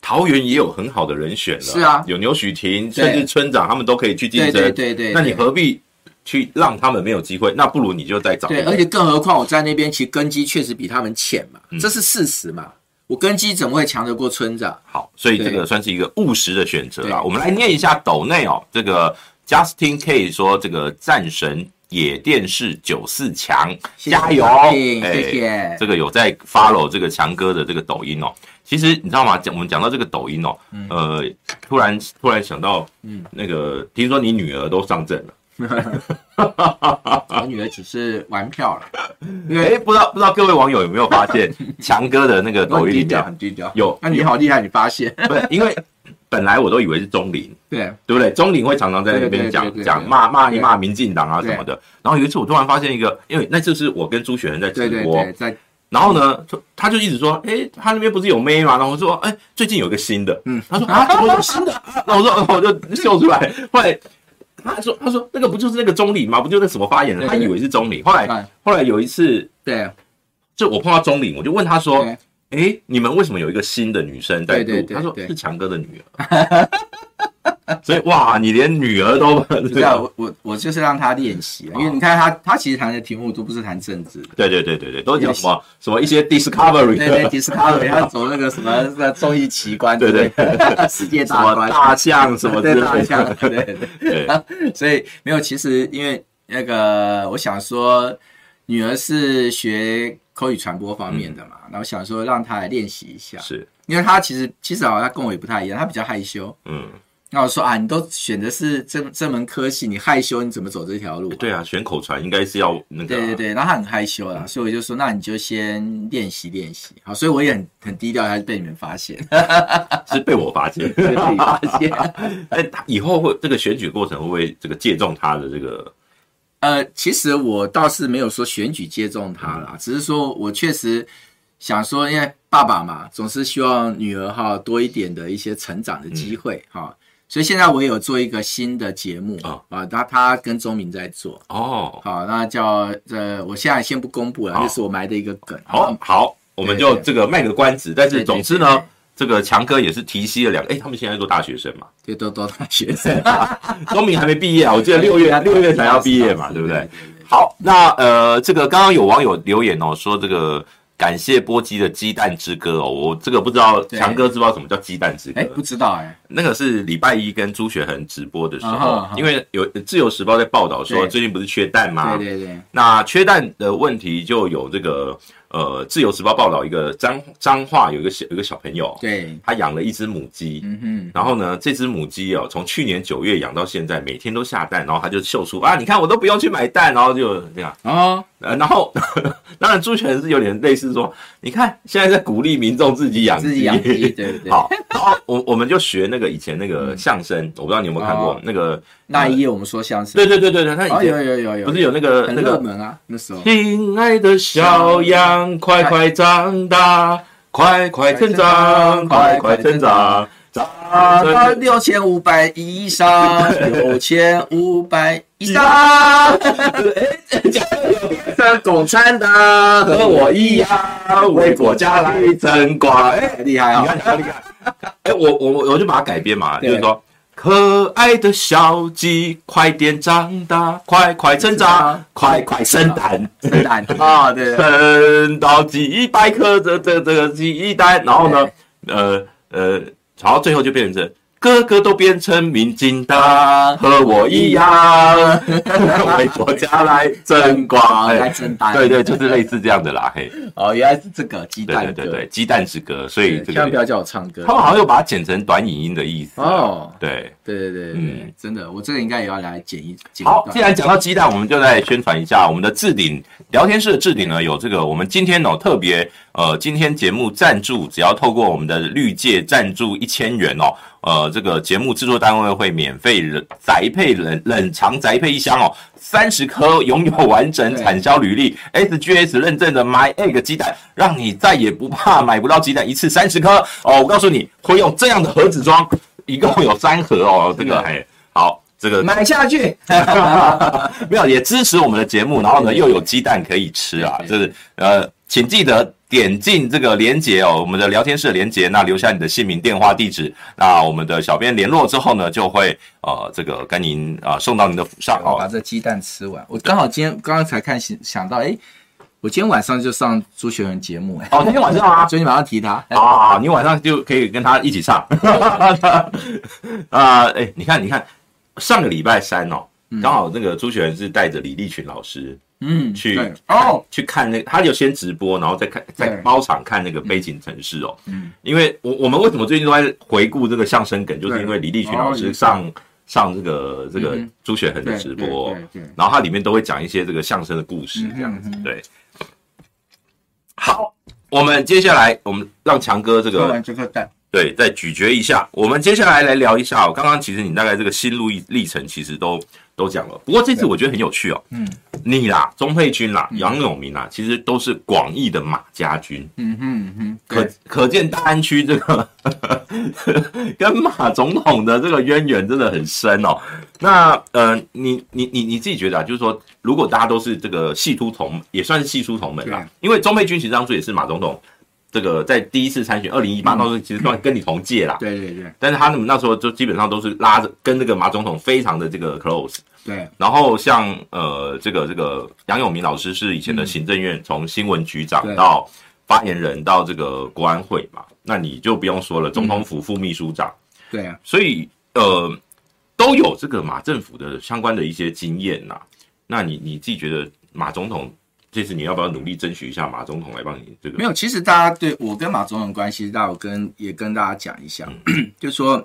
A: 桃园也有很好的人选了，
B: 是啊
A: 有牛许婷，
B: 对
A: 甚至村长，他们都可以去竞
B: 对
A: 争。
B: 对对对，
A: 那你
B: 对
A: 何必去让他们没有机会？那不如你就再找一
B: 对，
A: 个。
B: 而且更何况我在那边其实根基确实比他们浅嘛，
A: 嗯
B: 这是事实嘛。我根基怎么会强得过村长？
A: 好，所以这个
B: 对
A: 算是一个务实的选择啦。
B: 对
A: 我们来念一下斗内哦，这个 Justin K 说这个战神野电视九四强，
B: 谢谢哎
A: 加油！哎
B: Justin，谢
A: [laughs]
B: 谢
A: 这个有在 follow 这个强哥的这个抖音哦。其实你知道吗？讲我们讲到这个抖音哦，
B: 嗯
A: 呃，突然突然想到，嗯，那个听说你女儿都上阵了，
B: 我女儿只是玩票了，
A: 哎，不知道不知道各位网友有没有发
B: [laughs]
A: 现强哥的那个 [laughs] 抖
B: 很
A: 音
B: 低
A: 里
B: 调，
A: 面，啊
B: 很低调。
A: 有
B: 那你好厉害，你发现？
A: 不是因为本来我都以为是钟林，
B: 对，
A: 对不对？钟林会常常在那
B: 对
A: 边
B: 对
A: 讲
B: 对对
A: 讲
B: 对
A: 骂骂一
B: 对
A: 骂民进党啊
B: 对
A: 什么的。然后有一次我突然发现一个，因为那次是我跟朱雪恒在直
B: 对对
A: 播
B: 对，，在
A: 然后呢，就他就一直说，哎，他那边不是有妹吗？然后我说，哎，最近有个新的，嗯，他说啊，怎么有新的？然后我说，我 [laughs] 就秀出来，后来。他说：“他说那个不就是那个钟礼吗？不就那什么发言人？
B: 对
A: 他
B: 对
A: 以为是钟礼。后来
B: 哎
A: 后来有一次，
B: 对
A: 就我碰到钟礼，我就问他说：‘
B: 对
A: 哎，你们为什么有一个新的女生在
B: 对对
A: 录？’
B: 对
A: 他说
B: 对
A: 是强哥的女儿。 [laughs] 所以哇，你连女儿都
B: 不是啊，我我我就是让他练习啊，因为你看他他其实谈的题目都不是谈政治的，
A: 对对对对对，都讲什么什么一些 discovery
B: 对对，Discovery 他走那个什么那综艺奇观，
A: 对对
B: 对， [laughs] 世界
A: [laughs] 什
B: 大
A: 么
B: 观，
A: 大象什么之
B: 对
A: 类
B: 大象，啊
A: 的，
B: 对对
A: 对
B: 对，所以没有，其实因为那个我想说，女儿是学口语传播方面的嘛，然后想说让她来练习一下，
A: 是
B: 因为她其实其实好像她跟我也不太一样，她比较害羞。
A: 嗯。
B: 那我说啊，你都选的是这这门科系，你害羞，你怎么走这条路啊、
A: 对啊，选口传应该是要那个啊、
B: 对对对，然后他很害羞啦，所以我就说，那你就先练习练习。好，所以我也很很低调，还是被你们发现，
A: 是被我发现。
B: 被你发现。
A: [laughs] 哎，他以后会这个选举过程会不会这个借重他的这个？
B: 呃，其实我倒是没有说选举接种他啦，只是说我确实想说，因为爸爸嘛，总是希望女儿哈多一点的一些成长的机会哈、所以现在我也有做一个新的节目
A: 啊
B: 啊，啊，那他跟钟明在做，
A: 哦，
B: 好，那叫呃，我现在先不公布了，
A: 好
B: 这是我埋的一个梗。
A: 好好，我们就
B: 对对
A: 这个卖个关子。但是
B: 对对
A: 总之
B: 对
A: 呢
B: 对，
A: 这个强哥也是提携了两个，哎，他们现在都大学生嘛，
B: 对，都都大学生，
A: 钟明还没毕业啊，我记得六月六月才要毕业嘛，对不对？？好，那呃，这个刚刚有网友留言哦，说这个感谢波基的《鸡蛋之歌》哦，我这个不知道
B: 对
A: 强哥知不知道什么叫《鸡蛋之歌
B: 哎，》？不知道哎、
A: 那个是礼拜一跟朱雪恒直播的时
B: 啊哈
A: 候
B: 啊，哈
A: 因为有呃《自由时报》在报道说
B: 对
A: 最近不是缺蛋吗？
B: 对对对，
A: 那缺蛋的问题就有这个呃，《自由时报》报道一个彰彰化有一个小有一个小朋友，
B: 对，
A: 他养了一只母鸡，
B: 嗯哼，
A: 然后呢，这只母鸡哦，从去年九月养到现在，每天都下蛋，然后他就秀出啊，你看我都不用去买蛋，然后就这样。
B: 哦，
A: 呃，然后 [laughs] 当然朱权是有点类似说，你看现在在鼓励民众自己养鸡，
B: 自己养鸡，对对
A: [laughs]
B: 对。
A: 好，然后哦我我们就学那个以前那个相声，我不知道你有没有看过
B: 嗯哦
A: 那个，
B: 那一夜我们说相声，
A: 对对对对对，他
B: 哦，
A: 以
B: 有
A: 前
B: 有有有，
A: 不是有那个
B: 很
A: 那
B: 热
A: 个，
B: 门啊，那时候。
A: 亲爱的小羊，快快长大，快快成长，快
B: 快
A: 快
B: 快
A: 成
B: 成
A: 长
B: 长，
A: 长
B: 啊，到
A: 成
B: 六千五百以上，六千五百以上，
A: 长，
B: 跟共产党
A: 和哎我一样为国家来争光。哎
B: 厉害
A: 你
B: 啊！
A: 看，你看，你看，哎，我我我我就把它改编嘛，就
B: 对
A: 是说。可爱的小鸡，快点长大，快快成长，快快生蛋，
B: 笨蛋啊，对对
A: 生到几百颗这这这个鸡蛋，然后呢，呃呃，然后最后就变成哥哥都变成民进
B: [laughs]
A: 党，和我一样为国家来争光，
B: 来
A: 哎
B: 争蛋
A: 对对，就是类似这样的啦，嘿，
B: 哦，原来是这个鸡
A: 对对
B: 蛋
A: 对
B: 歌
A: 对，，鸡蛋之歌，所以
B: 对
A: 这
B: 千万不
A: 个
B: 要叫我唱歌
A: 他们好像又把它剪成短影音的意思啊
B: 哦。
A: 对，
B: 对对对对对，真的，我这个应该也要来剪一剪一
A: 嗯好，既
B: 段。
A: 然讲到鸡蛋，我们就再宣传一下我们的置顶聊天室的置顶呢，有这个我们今天哦特别呃，今天节目赞助只要透过我们的绿界赞助一千元哦，呃，这个节目制作单位会免费冷宅配冷冷藏宅配一箱哦，三十颗拥有完整产销履历 SGS 认证的 My Egg 鸡蛋，让你再也不怕买不到鸡蛋，一次三十颗哦，我告诉你会用这样的盒子装，一共有三盒哦，这个哎好。这个
B: 买下去，
A: 没有，也支持我们的节目，然后呢又有鸡蛋可以吃啊，
B: 对
A: 就
B: 对
A: 是呃，请记得点进这个连接哦，我们的聊天室的连接，那留下你的姓名、电话、地址，那我们的小编联络之后呢，就会呃这个跟您啊、呃送到您的府上
B: 我把
A: 哦。
B: 这鸡蛋吃完。我刚好今天刚刚才看想想到，哎，我今天晚上就上朱学文节目，哎， [laughs]
A: 哦，今天晚上啊。
B: 所以你马上提他。哎
A: 啊，你晚上就可以跟他一起啊唱，啊，哎，你看，你看，上个礼拜三哦，
B: 嗯
A: 刚好那个朱雪人是带着李立群老师
C: 嗯，
A: 去
B: 对哦，
A: 去看那个，他有先直播，然后再看在
B: 对
A: 包场看那个悲情城市哦。
B: 嗯
A: 因为我我们为什么最近都在回顾这个相声梗，就是因为李立群老
B: 哦
A: 师
B: 也是
A: 上、上这个这个
C: 嗯哼
A: 朱雪恒的
B: 对
A: 直播哦、
B: 对对对
A: 然后它里面都会讲一些这个相声的故事，这样子、
B: 嗯哼
A: 对。好，我们接下来我们让强哥这
B: 喝
A: 个
B: 完这颗蛋，
A: 对再咀嚼一下，我们接下来来聊一下、哦。刚刚其实你大概这个心路历历程其实都都讲了，不过这次我觉得很有趣哦。
B: 嗯
A: 你啦，钟佩君啦，杨永明啦，其实都是广义的马家军，
B: 嗯哼嗯哼，
A: 可
B: 对
A: 可见大安区这个 [laughs] 跟马总统的这个渊源真的很深哦。那呃，你你你你自己觉得啊，就是说，如果大家都是这个系出同，也算是系出同门啦
B: 对，
A: 因为钟佩君其实当初也是马总统这个在第一次参选二零一
B: 嗯
A: 八，当时其实算跟你同届啦。
B: 对对对
A: 但是他们那时候就基本上都是拉着跟那个马总统非常的这个 close，
B: 对，
A: 然后像呃，这个这个杨永明老师是以前的行政院，从新闻局长
B: 对
A: 到发言人到这个国安会嘛，那你就不用说
B: 嗯
A: 了，总统府副秘书长，
B: 对啊，
A: 所以呃都有这个马政府的相关的一些经验呐、那你你自己觉得马总统这次你要不要努力争取一下马总统来帮你这个？
B: 没有，其实大家对我跟马总统的关系，那我跟也跟大家讲一下，
A: 嗯
B: [clears throat] 就说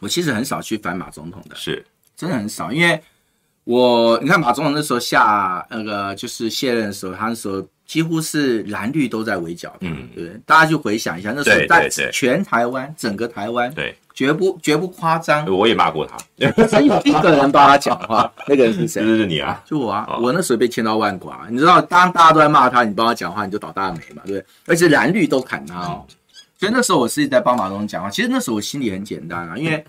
B: 我其实很少去烦马总统的，
A: 是
B: 真的很少，因为我你看马总统那时候下那个就是卸任的时候，他那时候几乎是蓝绿都在围剿他，
A: 嗯
B: 对不对？大家就回想一下，那时
A: 对
B: 候在
A: 对对
B: 全台湾整个台湾，
A: 对，
B: 绝不绝不夸张，
A: 我也骂过他，
B: [laughs] 只有一个人帮他讲 [laughs] 话，那个人是谁
A: [laughs] 就？是你啊，
B: 就我啊，
A: 哦
B: 我那时候被千刀万剐，啊你知道，当大家都在骂他，你帮他讲话，你就倒大霉嘛，对不对？而且蓝绿都砍他哦，所以那时候我是一直在帮马东讲话。其实那时候我心里很简单啊，因为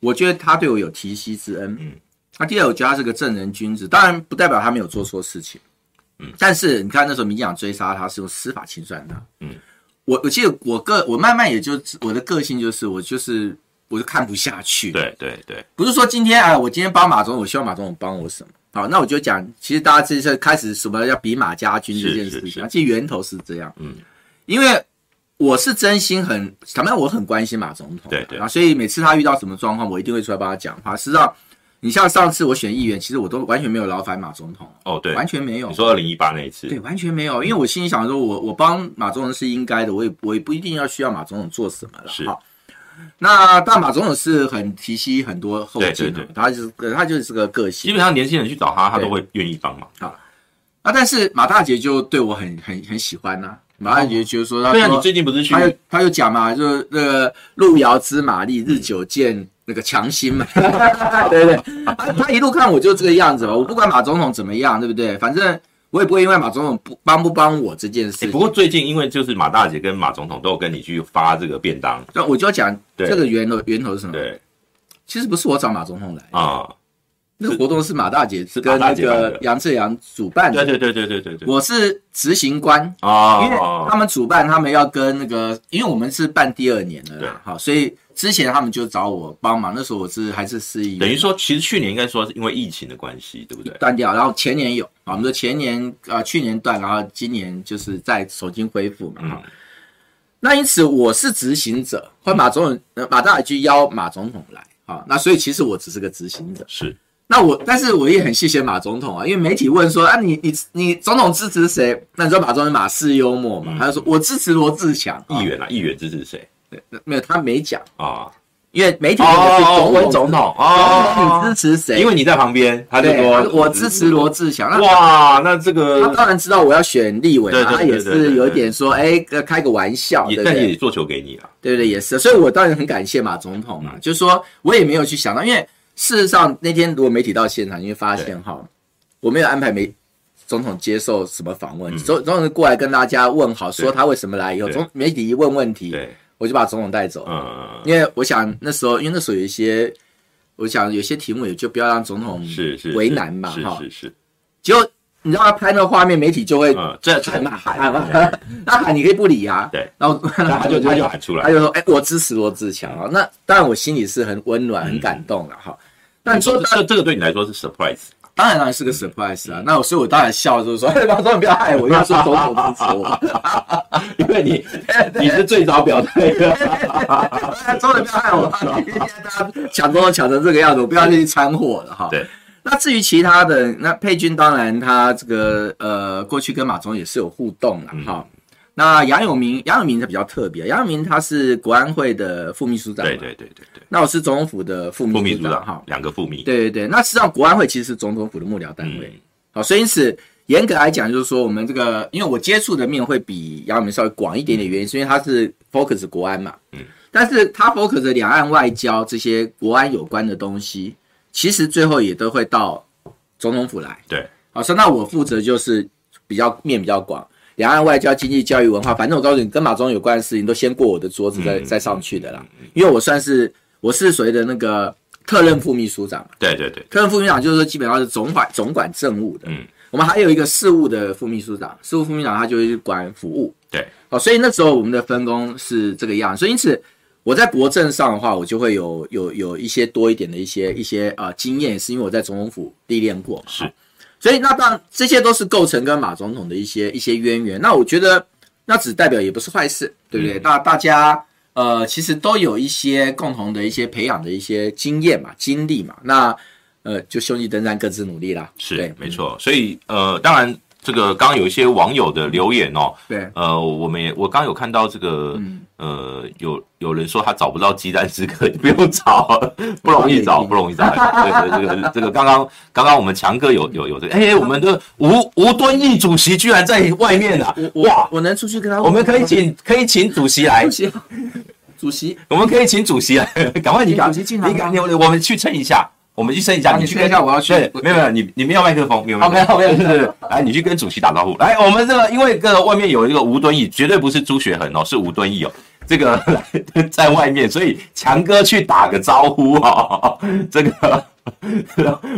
B: 我觉得他对我有提膝之恩。
A: 嗯
B: 嗯，那第二，我觉得他是个正人君子，当然不代表他没有做错事情。
A: 嗯
B: 嗯，但是你看那时候民进党追杀他是用司法清算他。
A: 嗯
B: 嗯，我我记得我个我慢慢也就我的个性就是我就是我就看不下去。
A: 对对对，
B: 不是说今天啊，我今天帮马总，我希望马总统帮我什么？好，那我就讲，其实大家这次开始什么要比马家军这件
A: 是
B: 事
A: 是
B: 情，
A: 是
B: 啊其实源头是这样，
A: 嗯，
B: 因为我是真心很，坦白，我很关心马总统的，
A: 对对
B: 啊，所以每次他遇到什么状况，我一定会出来帮他讲话。事实上，你像上次我选议员，其实我都完全没有劳烦马总统，啊
A: 哦对，
B: 完全没有
A: 你，说二零一八那一次，
B: 对，完全没有，因为我心里想说我，我帮马总统是应该的，我也我也不一定要需要马总统做什么了。
A: 是
B: 好，那但马总统是很提携很多后
A: 对
B: 进
A: 对
B: 的
A: 对，
B: 他就是他就是个
A: 基
B: 个性
A: 本上年轻人去找他，他都
B: 对
A: 会愿意帮忙。
B: 啊。但是马大姐就对我很很很喜欢呐、马大姐就说，她
A: 对啊，
B: 说
A: 你最近不是去
B: 他就他就讲嘛，就是那个路遥知马力，日久见那个强心嘛， [laughs] 对不对？他他一路看我就这个样子嘛，我不管马总统怎么样，对不对？反正我也不会因为马总统不帮不帮我这件
A: 欸
B: 事
A: 不过最近因为就是马大姐跟马总统都有跟你去发这个便当，
B: 那我就要讲
A: 对
B: 这个源头源头是什么？
A: 对
B: 其实不是我找马总统来，
A: 啊、
B: 那个活动是马大姐
A: 是马
B: 跟
A: 大
B: 那
A: 姐办的
B: 个杨志阳主办
A: 对
B: 的。
A: 对对对对对对，
B: 我是执行官，因为
A: 啊
B: 他们主办，他们要跟那个，因为我们是办第二年了啦，好，所以之前他们就找我帮忙。那时候我是还是市议员，
A: 等于说其实去年应该说是因为疫情的关系，对不对？
B: 断掉，然后前年有啊，我们说前年啊，去年断，然后今年就是在重新恢复嘛。哈
A: 嗯
B: 那因此我是执行者，或马总统呃马大姐去邀马总统来啊，那所以其实我只是个执行者。
A: 是
B: 那我，但是我也很谢谢马总统啊，因为媒体问说啊，你你你总统支持谁？那你知道马总统马氏幽默嘛？他就说我支持罗志祥。
A: 嗯议员啊，议员支持谁
B: 那没有，他没讲，
A: 啊？
B: 因为媒体问
A: 哦
B: 的是总统，
A: 总统
B: 总统
A: 哦
B: 你支，持谁？
A: 因为你在旁边，他就
B: 对，
A: 说
B: 他说我支持罗。志祥。那
A: 哇，那这
B: 他
A: 个
B: 当然知道我要选立委
A: 对
B: 嘛，
A: 对
B: 他
A: 对
B: 也
A: 对对对
B: 是有一点说，哎，呃开个玩笑，
A: 也
B: 对不
A: 但
B: 对？
A: 也做球给你了，
B: 对对，也是，所以我当然很感谢马总统
A: 嗯
B: 嘛，就是说我也没有去想到，因为事实上那天如果媒体到现场，你会发现哈，我没有安排媒总统接受什么访问，总总统过来跟大家问好，说他为什么来以
A: 嗯
B: 后，
A: 对
B: 总媒体一问问题，
A: 对，
B: 我就把总统带走，
A: 嗯，
B: 因为我想那时候，因为那时候有一些，我想有些题目也就不要让总统
A: 是是
B: 为难嘛
A: 是
B: 哈，
A: 是是，
B: 结果你知道他拍那个画面，媒体就会
A: 嗯， [laughs] 这这
B: 喊嘛喊嘛，
A: [laughs]
B: 那喊你可以不理啊。
A: 对，
B: 然后 [laughs]
A: 他
B: 他
A: 就他
B: 他
A: 就
B: 就
A: 喊出
B: 他
A: 来，
B: 就说：“哎，我支持罗志强啊。”
A: 嗯
B: 那当然，我心里是很温暖、很感动的哈。那你
A: 你说嗯
B: 说，
A: 这这个对你来说是 surprise，
B: 当然当然是个 surprise 啊。那我所以我当然笑就是说， [laughs] 哎王总你不要害我，因为说总统支持我，
A: [laughs]
B: [laughs]
A: 因为 [laughs] 你你是最早表态的，
B: 总统不要害我，因为现在大家抢总统抢成这个样子，我不要去掺和了哈。
A: 对。
B: 那至于其他的，那佩君当然他这个呃，过去跟马总也是有互动
A: 嗯
B: 了哈。那杨永明，杨永明他比较特别，杨永明他是国安会的副秘书长嘛，
A: 对对对对对，
B: 那我是总统府的副
A: 副
B: 秘
A: 秘
B: 书
A: 书
B: 长
A: 长
B: 哈
A: 哈，，两个副秘，
B: 对对对，那实际上国安会其实是总统府的幕僚单位，
A: 嗯
B: 好，所以因此严格来讲，就是说我们这个，因为我接触的面会比杨永明稍微广一点点，原因是因为他是 focus 国安嘛，
A: 嗯，
B: 但是他 focus 两岸外交这些国安有关的东西，其实最后也都会到总统府来，
A: 对，
B: 好，所以那我负责就是比较面比较广。两岸外交、经济、教育、文化，反正我告诉你，跟马总有关的事情都先过我的桌子再，再、
A: 嗯
B: 上去的啦。因为我算是我是所谓的那个特任副秘书长，
A: 对对对，
B: 特任副秘书长就是说基本上是总管总管政务的。
A: 嗯，
B: 我们还有一个事务的副秘书长，事务副秘书长他就是管服务。
A: 对，
B: 哦，所以那时候我们的分工是这个样，所以因此我在国政上的话，我就会有有有一些多一点的一些一些啊、呃经验，是因为我在总统府历练过嘛。
A: 是
B: 哈所以那当然这些都是构成跟马总统的一些一些渊源。那我觉得那只代表也不是坏事，对不对？
A: 嗯
B: 那大家呃其实都有一些共同的一些培养的一些经验嘛、经历嘛。那呃就兄弟登山各自努力啦。
A: 是
B: 对，
A: 没错，所以呃，当然这个刚刚有一些网友的留言哦，
B: 对。
A: 呃，我们也我刚有看到这个，
B: 嗯
A: 呃，有有人说他找不到鸡蛋之歌， [laughs] 不用找，不容易
B: [laughs]
A: 找，不容易找。对对，这个这个刚刚刚刚我们强哥有有有这个，哎、我们的吴吴敦义主席居然在外面啊！哇，
B: 我能出去跟他，
A: 我们可以请可以请主席来
B: 主，席，主席，
A: 我们可以请主席来， [laughs] 赶快你赶
B: 请主席进来
A: 你赶你我们去称一下。我们去称一下，
B: 好啊你称一下我要去
A: 对
B: 我
A: 没有没有，你你没有麦克风，没有麦克风。
B: 好没有没有
A: 对对对来，你去跟主席打招呼。来，我们这个因为这个外面有一个吴敦义，绝对不是朱学恒哦，是吴敦义哦。这个 [laughs] 来在外面，所以强哥去打个招呼哦。这个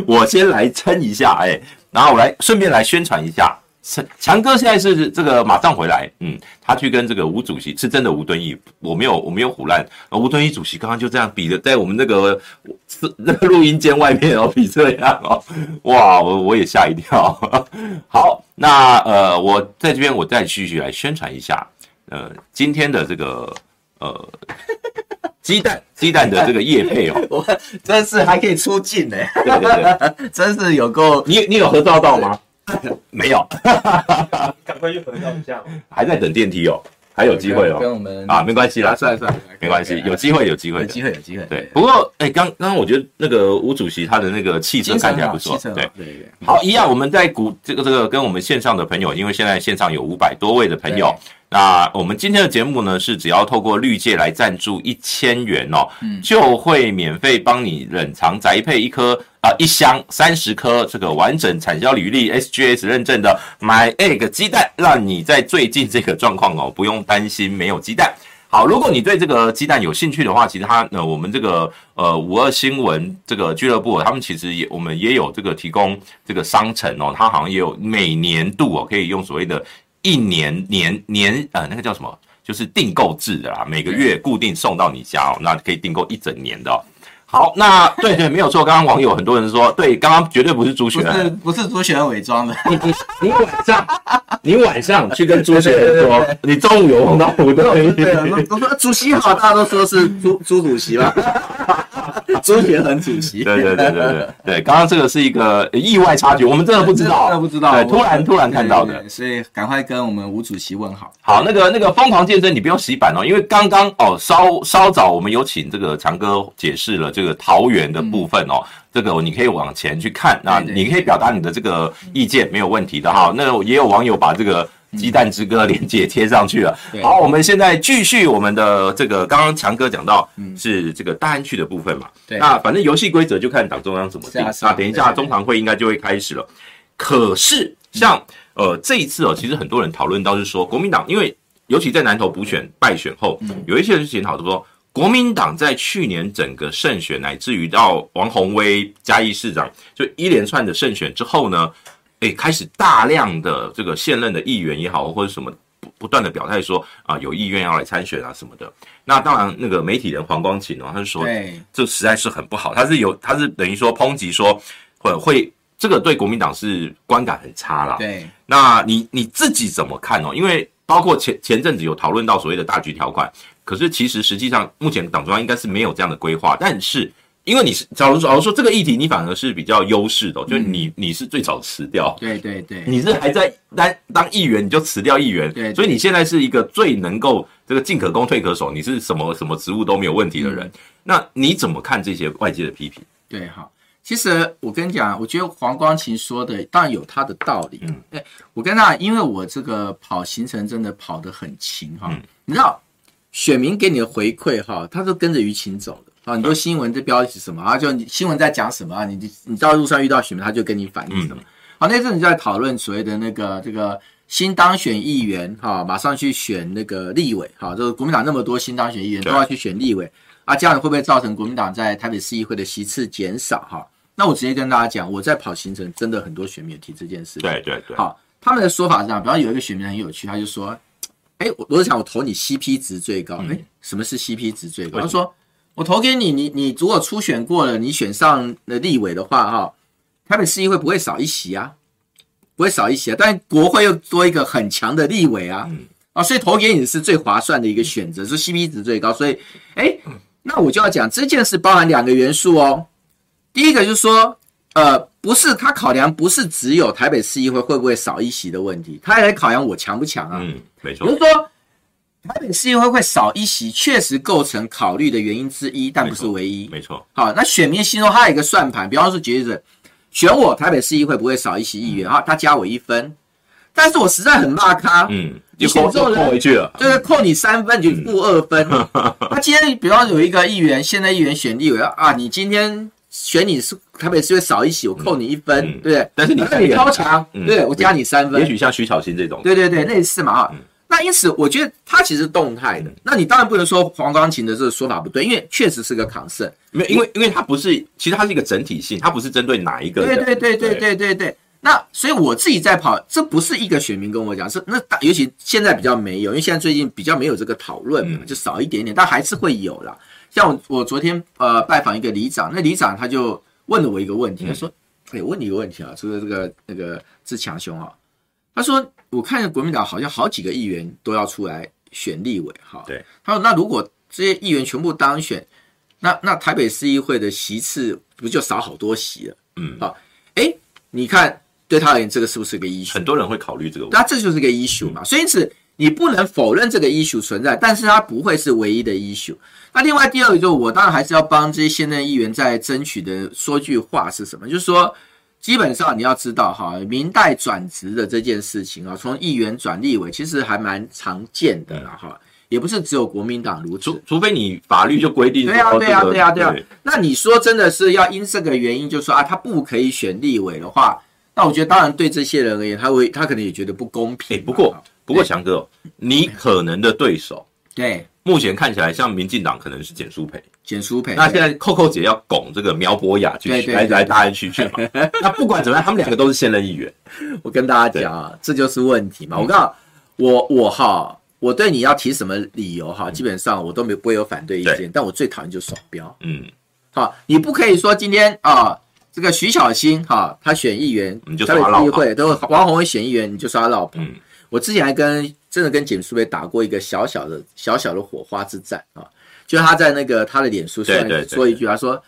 A: 我先来称一下，哎，然后我来顺便来宣传一下。强强哥现在是这个马上回来，嗯，他去跟这个吴主席是真的吴敦义，我没有我没有胡乱，呃吴敦义主席刚刚就这样比的，在我们那个是那个 [laughs] 录音间外面哦，比这样哦，哇，我我也吓一跳。 [laughs] 好，那呃，我在这边我再继续来宣传一下，呃，今天的这个呃 [laughs] 鸡蛋鸡蛋的这个叶配
B: [laughs]
A: 哦，
B: 我真是还可以出镜呢、
A: 对对对，
B: 真是有够
A: 你你有合照到吗？ [laughs] 没有，
D: 赶快去合照一下嘛。
A: 还在等电梯哦，还有机会
B: 跟
A: 哦，
B: 我们
A: 啊，，没关系啦，
B: 算了算了，
A: 没关系，有机会有机
B: 有
A: 会的。
B: 机会有机会，
A: 对，不过哎，刚刚刚我觉得那个吴主席他的那个气质
B: 精
A: 看
B: 神啊
A: 起来
B: 好，
A: 不错，
B: 精神好
A: 对，
B: 对啊对，
A: 好，一样，我们在股这个这个跟我们线上的朋友，因为现在线上有五百多位的朋友
B: 对，
A: 那我们今天的节目呢，是只要透过绿界来赞助一千元哦，就会免费帮你冷藏宅配一颗啊、一箱三十颗这个完整产销履历 SGS 认证的 My Egg 鸡蛋，让你在最近这个状况哦，不用担心没有鸡蛋。好，如果你对这个鸡蛋有兴趣的话，其实它呃，我们这个呃五二新闻这个俱乐部，他们其实也我们也有这个提供这个商城哦，它好像也有每年度哦，可以用所谓的一年年年呃那个叫什么，就是订购制的啦，每个月固定送到你家哦，那可以订购一整年的、哦。好，那对对，没有错。刚刚网友很多人说，对，刚刚绝对不是朱
B: 不
A: 雪儿，
B: 是不是朱学文伪装的，
A: 你你你晚上你晚上去跟朱雪儿 [laughs] 说，你中午有碰到胡 [laughs] 对啊
B: 对，我说主席好，大家都说是朱朱主席吧， [laughs] 朱学恒主
A: [laughs]
B: 席，
A: 对对对对对对，刚刚这个是一个意外察觉，我们真的不知
B: 真的
A: 道，
B: 不知道
A: 对，突然突然看到
B: 对对
A: 的。
B: 对所以赶快跟我们吴主席问好，
A: 好，那个那个疯狂健身，你不用洗版哦，因为刚刚哦稍稍早我们有请这个强哥解释了这个桃园的部分哦，这个你可以往前去看，那
B: 嗯对对
A: 你可以表达你的这个意见，没有问题的哈。那也有网友把这个。鸡蛋之歌链接贴上去了
B: 嗯对。
A: 好，我们现在继续我们的这个，刚刚强哥讲到
B: 嗯
A: 是这个大安区的部分嘛。
B: 对
A: 那反正游戏规则就看党中央怎么定。
B: 是啊是啊
A: 那等一下
B: 对对对
A: 中常会应该就会开始了。可是像
B: 嗯
A: 呃这一次哦，其实很多人讨论到是说，国民党因为尤其在南投补选败选后，
B: 嗯
A: 有一些人是检讨说，国民党在去年整个胜选，乃至于到王宏威嘉义市长就一连串的胜选之后呢，诶，开始大量的这个现任的议员也好，或者什么。不不断的表态说啊、有意愿要来参选啊什么的。那当然，那个媒体人黄光琴哦，他是说
B: 对
A: 这实在是很不好。他是有，他是等于说抨击说，会会这个对国民党是观感很差啦。
B: 对，
A: 那你你自己怎么看哦？因为包括前前阵子有讨论到所谓的大局条款，可是其实实际上目前党中央应该是没有这样的规划，但是。因为你是，假如说，假如说这个议题，你反而是比较优势的哦、就是你你是最早辞掉，
B: 对对对，
A: 你是还在当当议员，你就辞掉议员，
B: 对对
A: 所以你现在是一个最能够这个进可攻退可守，你是什么什么职务都没有问题的
B: 嗯
A: 人。那你怎么看这些外界的批评？
B: 对，好。其实我跟你讲，我觉得黄光琴说的当然有他的道理。嗯，哎，我跟他，因为我这个跑行程真的跑得很勤
A: 嗯
B: 哈、你知道，选民给你的回馈哈，他都跟着舆情走的啊。很
A: 嗯
B: 多新闻的标题是什么啊，就你新闻在讲什么啊，你你到路上遇到选民，他就跟你反映什么。
A: 嗯
B: 好，那阵子就在讨论所谓的那个这个新当选议员哈、马上去选那个立委哈、就是国民党那么多新当选议员都
A: 对
B: 要去选立委啊，这样会不会造成国民党在台北市议会的席次减少哈、那我直接跟大家讲，我在跑行程，真的很多选民有提这件事情。
A: 对对对，
B: 好，他们的说法是这样，比方有一个选民很有趣，他就说：“哎，我我就想我投你 CP 值最高，哎、什么是 CP 值最高？”
A: 嗯为什么
B: 他说：“我投给你，你你如果初选过了，你选上了立委的话，哈、台北市议会不会少一席啊，不会少一席啊，但国会又多一个很强的立委
A: 嗯
B: 啊，啊，所以投给你是最划算的一个选择，是 CP 值最高，所以，哎，
A: 嗯
B: 那我就要讲这件事包含两个元素哦，第一个就是说，呃，不是他考量不是只有台北市议会会不会少一席的问题，他也考量我强不强啊，
A: 嗯，没
B: 比
A: 错
B: 如，说。台北市议会会少一席，确实构成考虑的原因之一，但不是唯一。
A: 没错，
B: 好，那选民心中他有一个算盘，比方说举例子，选我台北市议会不会少一席
A: 嗯
B: 议员啊，他加我一分，但是我实在很骂他，
A: 嗯，
B: 你
A: 又
B: 选
A: 扣
B: 中
A: 又
B: 了
A: 扣回去了，
B: 就是扣你三分，你就负二
A: [laughs]
B: 分。他今天比方有一个议员，现在议员选立委啊，你今天选你是台北市会少一席，我扣你一分，
A: 嗯
B: 对不对？
A: 但是你
B: 反正你超强，
A: 嗯
B: 对我加你三分
A: 也，许像嗯徐巧芯这种，
B: 对对对，类似嘛哈。那因此，我觉得它其实是动态
A: 嗯
B: 的。那你当然不能说黄光琴的这个说法不对，因为确实是个抗胜。
A: 没有，因为因为它不是，其实它是一个整体性，它不是针对哪一个人，
B: 对对对对对对对。那所以我自己在跑，这不是一个选民跟我讲，是那大，尤其现在比较没有，因为现在最近比较没有这个讨论
A: 嗯
B: 嘛，就少一点点，但还是会有啦。像我我昨天呃拜访一个里长，那里长他就问了我一个问题，
A: 嗯
B: 他说：“哎、我问你一个问题啊，这个这个那个志强兄啊，他说我看国民党好像好几个议员都要出来选立委哈，
A: 对，
B: 他说那如果这些议员全部当选，那那台北市议会的席次不就少好多席了？
A: 嗯
B: 好，哎，你看对他而言，这个是不是个 issue？
A: 很多人会考虑这个问题，
B: 那这就是个 issue 嘛，所以因此你不能否认这个 issue 存在，但是它不会是唯一的 issue。那另外第二个就是，我当然还是要帮这些现任议员在争取的说句话是什么，就是说。基本上你要知道哈，明代转职的这件事情啊，从议员转立委其实还蛮常见的啦哈，也不是只有国民党如此
A: 除。除非你法律就规定说哦
B: 对啊，对啊，
A: 这个
B: 对啊，对啊。那你说真的是要因这个原因，就说啊，他不可以选立委的话，那我觉得当然对这些人而言，他会他可能也觉得不公平
A: 哎，
B: 嘛。
A: 不过不过，翔哥，你可能的对手，
B: 对
A: 目前看起来像民进党可能是简书培，
B: 简书培，
A: 那现在扣扣姐要拱这个苗博雅去
B: 对对
A: 来
B: 对
A: 来大安区去嘛？
B: [laughs]
A: 那不管怎么样，他们两个都是现任议员，
B: 我跟大家讲啊，这就是问题
A: 嗯
B: 嘛。我告诉你我我哈，我对你要提什么理由哈，基本上我都没不会有反对意见
A: 嗯对，
B: 但我最讨厌就是双标。
A: 嗯，
B: 好，你不可以说今天啊，这个徐小新哈，他选议员，
A: 你就
B: 台
A: 说他落
B: 北市议
A: 跑
B: 会都王宏伟选议员，你就说他落跑。
A: 嗯
B: 我之前还跟真的跟简书培打过一个小小的小小的火花之战啊，就是他在那个他的脸书上
A: 对对对嗯
B: 说一句，他说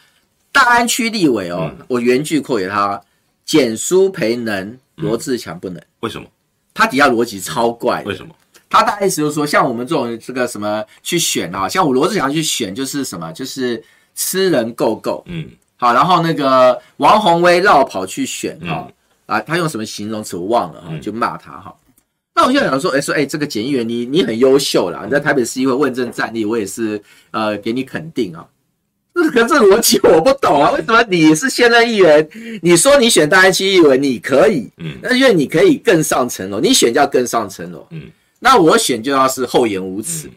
B: 大安区立委哦，我原句扣给他，简书培能，
A: 嗯
B: 罗志强不能。
A: 为什么？
B: 他底下逻辑超怪的
A: 为什么？
B: 他大概意思就是说，像我们这种这个什么去选啊，像我罗志祥去选就是什么，就是吃人够够，
A: 嗯，
B: 好，然后那个王宏威绕跑去选哈、
A: 嗯
B: 啊，他用什么形容词我忘了哈、就骂他哈、那我就想说，哎、说哎、这个检议员你你很优秀啦，你在台北市议会问政战力，我也是呃给你肯定啊。这可这逻辑我不懂啊，为什么你是现任议员，你说你选大安区议员你可以，
A: 嗯
B: 那因为你可以更上层楼，你选就要更上层楼，
A: 嗯，
B: 那我选就要是厚颜无耻。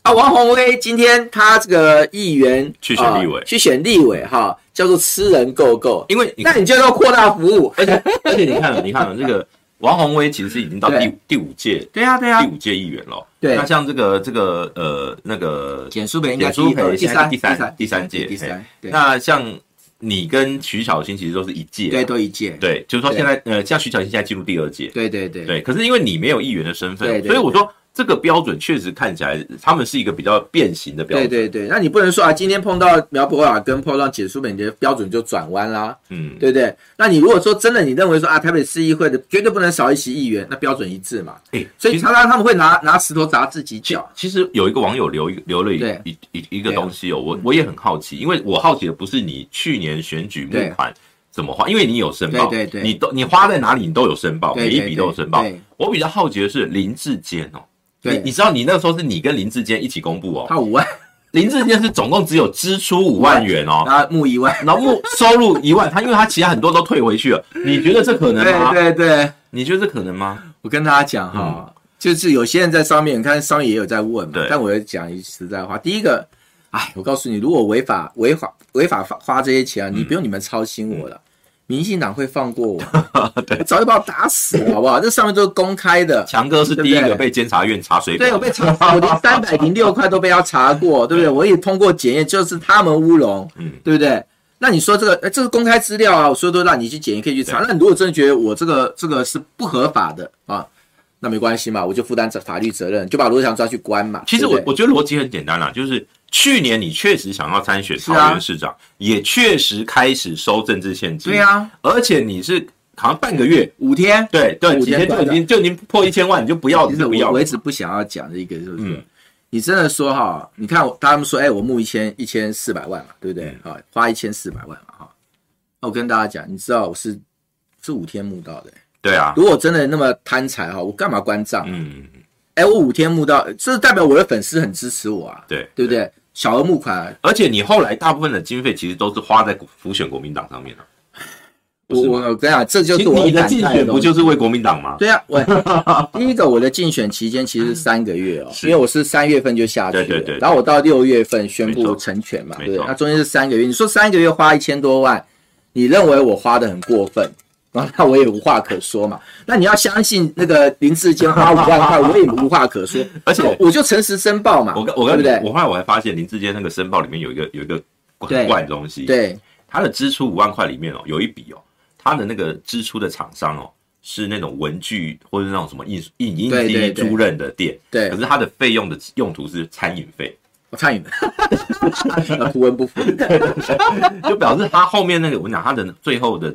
B: 啊，王宏威今天他这个议员
A: 去选立委
B: 啊去选立委哈，叫做吃人够够。
A: 因为你
B: 那你就要扩大服务。
A: 而且而且你看了，你看了啊这个王宏威其实已经到第
B: 对
A: 五第五届
B: 对啊，对啊
A: 第，五届议员了。
B: 对
A: 那像这个这个呃那个
B: 简书培应该
A: 简
B: 第
A: 书培
B: 一第
A: 现在
B: 三
A: 第
B: 第
A: 三
B: 三
A: 第三届哎
B: 第三
A: 嘿。
B: 对
A: 那像你跟徐小新其实都是一届，啊
B: 对，都一届，
A: 对，就是说现在呃，像徐小新现在进入第二届，
B: 对对对
A: 对，可是因为你没有议员的身份，
B: 对对
A: 所以我说这个标准确实看起来他们是一个比较变形的标
B: 对
A: 准。
B: 对对，那你不能说啊，今天碰到苗博雅跟碰到简书美，你的标准就转弯啦，
A: 嗯，
B: 对不对？那你如果说真的，你认为说啊，台北市议会的绝对不能少一席议员，那标准一致嘛。
A: 诶
B: 所
A: 其实
B: 以常常他们会拿拿石头砸自己脚。
A: 其实有一个网友留一留了一
B: 对啊嗯
A: 一一一个东西哦，我我也很好奇，因为我好奇的不是你去年选举募款怎么花，因为你有申报，
B: 对对对
A: 你都你花在哪里你都有申报，
B: 对
A: 哦每一笔都有申报
B: 对对。
A: 我比较好奇的是林志坚哦，
B: 对
A: 你你知道你那时候是你跟林志坚一起公布哦，
B: 他五万，
A: 林志坚是总共只有支出五万元哦，
B: 然后募一万，
A: 然后募收入一万，他因为他其他很多都退回去了，你觉得这可能吗？
B: 对对对，
A: 你觉得这可能吗？
B: 我跟大家讲哈，就是有些人在上面，你看上面也有在问嘛
A: 嗯对，
B: 但我要讲一句实在话，第一个，哎，我告诉你，如果违法违法违法花花这些钱啊，
A: 嗯
B: 你不用你们操心我了。民进党会
A: [laughs]
B: 放过我吗？我早就把我打死了，好不好？这上面都是公开的，
A: 强哥是第一
B: 对不
A: 个
B: 对
A: 被监察院查水表
B: [laughs] 对我被查，我连三百零六块都被他查过，对不对？我也通过检验，就是他们乌龙，
A: 嗯
B: 对不对？那你说这个，呃这是公开资料啊，我说都让你去检验，可以去查。那你如果真的觉得我这个这个是不合法的啊，那没关系嘛，我就负担责法律责任，就把罗志祥抓去关嘛。
A: 其实
B: 对不
A: 我
B: 对
A: 我觉得逻辑很简单啦，就是去年你确实想要参选
B: 啊
A: 桃园市长，也确实开始收政治现金，
B: 对、啊，
A: 而且你是好像半个月，
B: 五天，
A: 对对，
B: 五
A: 几天
B: 天
A: 就已经就已经破一千万，你就不要你
B: 其实
A: 就不
B: 我
A: 要
B: 我
A: 了
B: 一，直不想要讲这个，就是、
A: 嗯
B: 你真的说哈，你看我他们说，哎，我募一千一千四百万嘛，对不对？
A: 嗯
B: 啊、花一千四百万嘛，哈。那我跟大家讲，你知道我是是五天募到的、
A: 对啊，
B: 如果真的那么贪财哈，我干嘛关账？
A: 嗯，
B: 哎、我五天募到，这代表我的粉丝很支持我啊，
A: 对。
B: 对不对？小额募款啊、
A: 而且你后来大部分的经费其实都是花在浮选国民党上面了、不
B: 我
A: 是吗
B: 我我跟你讲，这就
A: 其
B: 是
A: 实
B: 我
A: 你的
B: 感
A: 竞
B: 慨
A: 选
B: 东
A: 不
B: 西
A: 就是为国民党吗？
B: 对啊，
A: [laughs]
B: 我第一个我的竞选期间其实是三个月哦，
A: 是
B: 因为我是三月份就下去了，
A: 对对对对
B: 然后我到六月份宣
A: 没错
B: 布成全嘛，
A: 没
B: 对
A: 错
B: 不对，那中间是三个月，你说三个月花一千多万，你认为我花的很过分？ [laughs] 然后那我也无话可说嘛。那你要相信那个林志坚花五万块，我也无话可说。
A: [laughs] 而且
B: 那我就诚实申报嘛。
A: 我跟我
B: 啊对
A: 跟
B: 不
A: 你
B: 对？
A: 我后来我还发现林志坚那个申报里面有一个有一个很
B: 对
A: 怪的东西，，
B: 对
A: 他的支出五万块里面哦，有一笔哦，他的那个支出的厂商哦是那种文具或者是那种什么印印印
B: 对
A: 机
B: 对对
A: 租赁的店，
B: 对
A: 可，是他的费用的用途是餐饮费，[laughs]
B: 我参与， [laughs] 啊图文不符。
A: 就表示他后面那个我跟你讲他的最后的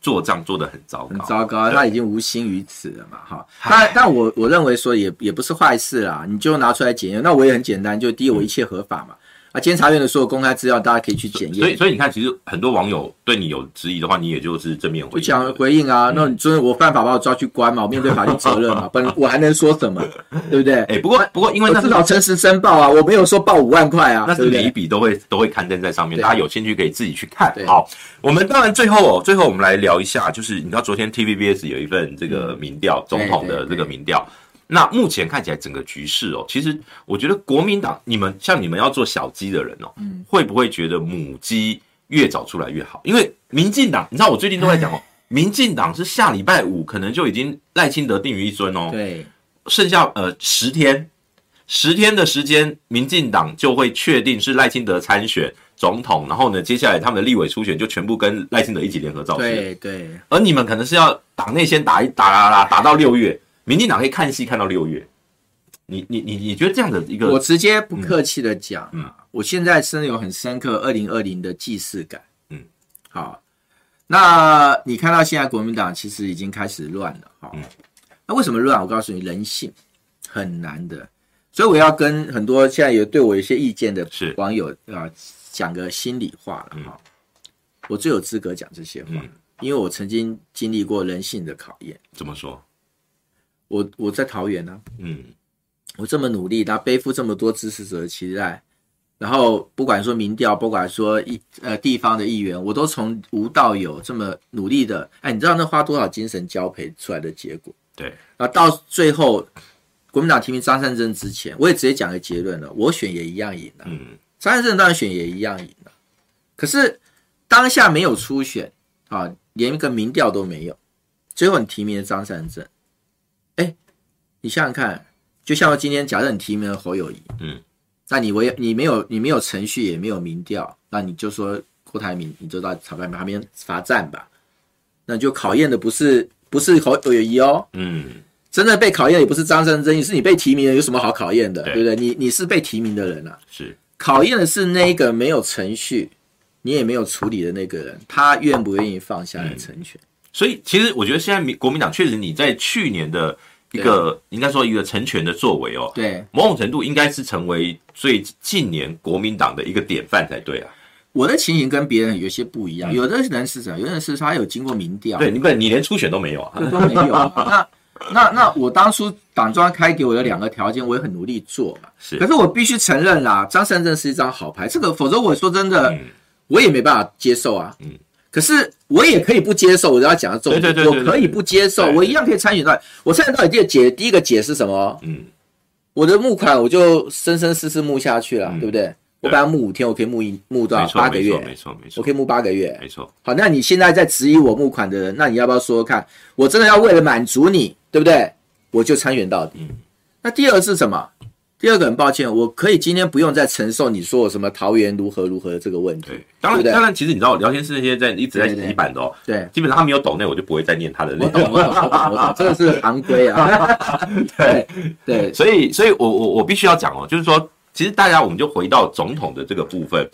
A: 做账做的很糟
B: 很
A: 糕，
B: 糟糕，
A: 对
B: 他已经无心于此了嘛，哈。但但我我认为说也也不是坏事啦，你就拿出来检验。那我也很简单，就第一我一切合法嘛。啊，监察院的所有公开资料，大家可以去检
A: 嗯所以
B: 验。
A: 所以你看，其实很多网友对你有质疑的话，你也就是正面回
B: 就
A: 应，
B: 讲回应
A: 嗯
B: 啊，那你真的我犯法把我抓去
A: [laughs]
B: 关嘛，我面对法律责任嘛，不然我还能说什么？对不对？
A: 哎、不过不过因为
B: 我
A: 那是
B: 至少诚实申报啊，我没有说报五万块啊，
A: 那
B: 对
A: 是
B: 不
A: 每一
B: 对？
A: 笔都会都会刊登在上面，
B: 对啊
A: 大家有兴趣可以自己去看。
B: 对
A: 好，我们当然最后哦，最后我们来聊一下，就是你知道昨天 TVBS 有一份这个民调，总统的
B: 嗯对
A: 这个民调。那目前看起来整个局势哦，其实我觉得国民党你们像你们要做小鸡的人哦，
B: 嗯
A: 会不会觉得母鸡越早出来越好？因为民进党，你知道我最近都在讲
B: [laughs]
A: 哦，民进党是下礼拜五可能就已经赖清德定于一尊哦，
B: 对，
A: 剩下呃十天，十天的时间，民进党就会确定是赖清德参选总统，然后呢，接下来他们的立委初选就全部跟赖清德一起联合造势。
B: 对对
A: 而你们可能是要党内先打一打啦啦，打到六月，民进党可以看戏看到六月。你你你你觉得这样的一
B: 我
A: 个，
B: 直接不客气的讲，啊
A: 嗯嗯
B: 我现在真的有很深刻二零二零的既视感。
A: 嗯，
B: 好，那你看到现在国民党其实已经开始乱了，哈、
A: 嗯
B: 那为什么乱？我告诉你，人性很难的，所以我要跟很多现在有对我有一些意见的
A: 是
B: 网友啊讲个心里话了哈、我最有资格讲这些话，
A: 嗯
B: 因为我曾经经历过人性的考验。
A: 怎么说？
B: 我我在桃园呢、啊
A: 嗯，
B: 我这么努力，然后背负这么多支持者的期待，然后不管说民调，不管说一呃地方的议员，我都从无到有这么努力的，哎，你知道那花多少精神交配出来的结果？
A: 对，
B: 然后到最后，国民党提名张善政之前，我也直接讲个结论了，我选也一样赢啊了，
A: 嗯，
B: 张善政当然选也一样赢了，可是当下没有初选啊，连一个民调都没有，最后你提名了张善政，哎，你想想看，就像今天假设你提名了侯友谊，
A: 嗯，
B: 那你唯你没有你没有程序也没有民调，那你就说郭台铭，你就到裁判旁边罚站吧。那就考验的不是不是侯友谊哦，
A: 嗯，
B: 真的被考验也不是张善珍，是你被提名的，有什么好考验的，
A: 对
B: 对不对？你你是被提名的人啊，
A: 是
B: 考验的是那个没有程序，你也没有处理的那个人，他愿不愿意放下来成全？
A: 所以其实我觉得现在民国民党确实你在去年的一个应该说一个成全的作为哦，
B: 对
A: 某种程度应该是成为最近年国民党的一个典范才对啊。
B: 我的情形跟别人有些不一样，有的人是这样，有的人是他有经过民调，
A: 嗯对，你不然你连初选都没有啊。
B: 这都没有 [laughs] 啊、那那那我当初党中央开给我的两个条件，我也很努力做嘛。
A: 是
B: 可是我必须承认啦，张善政是一张好牌，这个否则我说真的，
A: 嗯
B: 我也没办法接受啊。
A: 嗯
B: 可是我也可以不接受，我要讲的重点，
A: 对对对对对
B: 我可以不接受，
A: 对对
B: 我一样可以参与到。我参与到底的解，第一个解是什么？
A: 嗯，
B: 我的募款我就生生世世募下去了，
A: 嗯
B: 对不对？我
A: 对
B: 本来募五天，我可以募一募到
A: 没错，
B: 啊八个
A: 没错，没
B: 月，
A: 错，没
B: 我
A: 错
B: 可以，募八个月。
A: 没错，
B: 好，那你现在在质疑我募款的人，那你要不要说说看？我真的要为了满足你，对不对？我就参与到底。
A: 嗯
B: 那第二是什么？第二个很抱歉，我可以今天不用再承受你说我什么桃园如何如何的这个问题。
A: 对。当
B: 对
A: 然，
B: 不对
A: 当然，其实你知道，聊天室那些在一直在
B: 对对
A: 洗版的哦，
B: 对，
A: 基本上他没有抖内，我就不会再念他的内
B: 我
A: 容
B: 懂，。我懂，我懂，
A: [laughs]
B: 我懂，这个是行规啊。 [laughs] 对对，
A: 所以，所以我我我必须要讲哦，就是说，其实大家我们就回到总统的这个部分，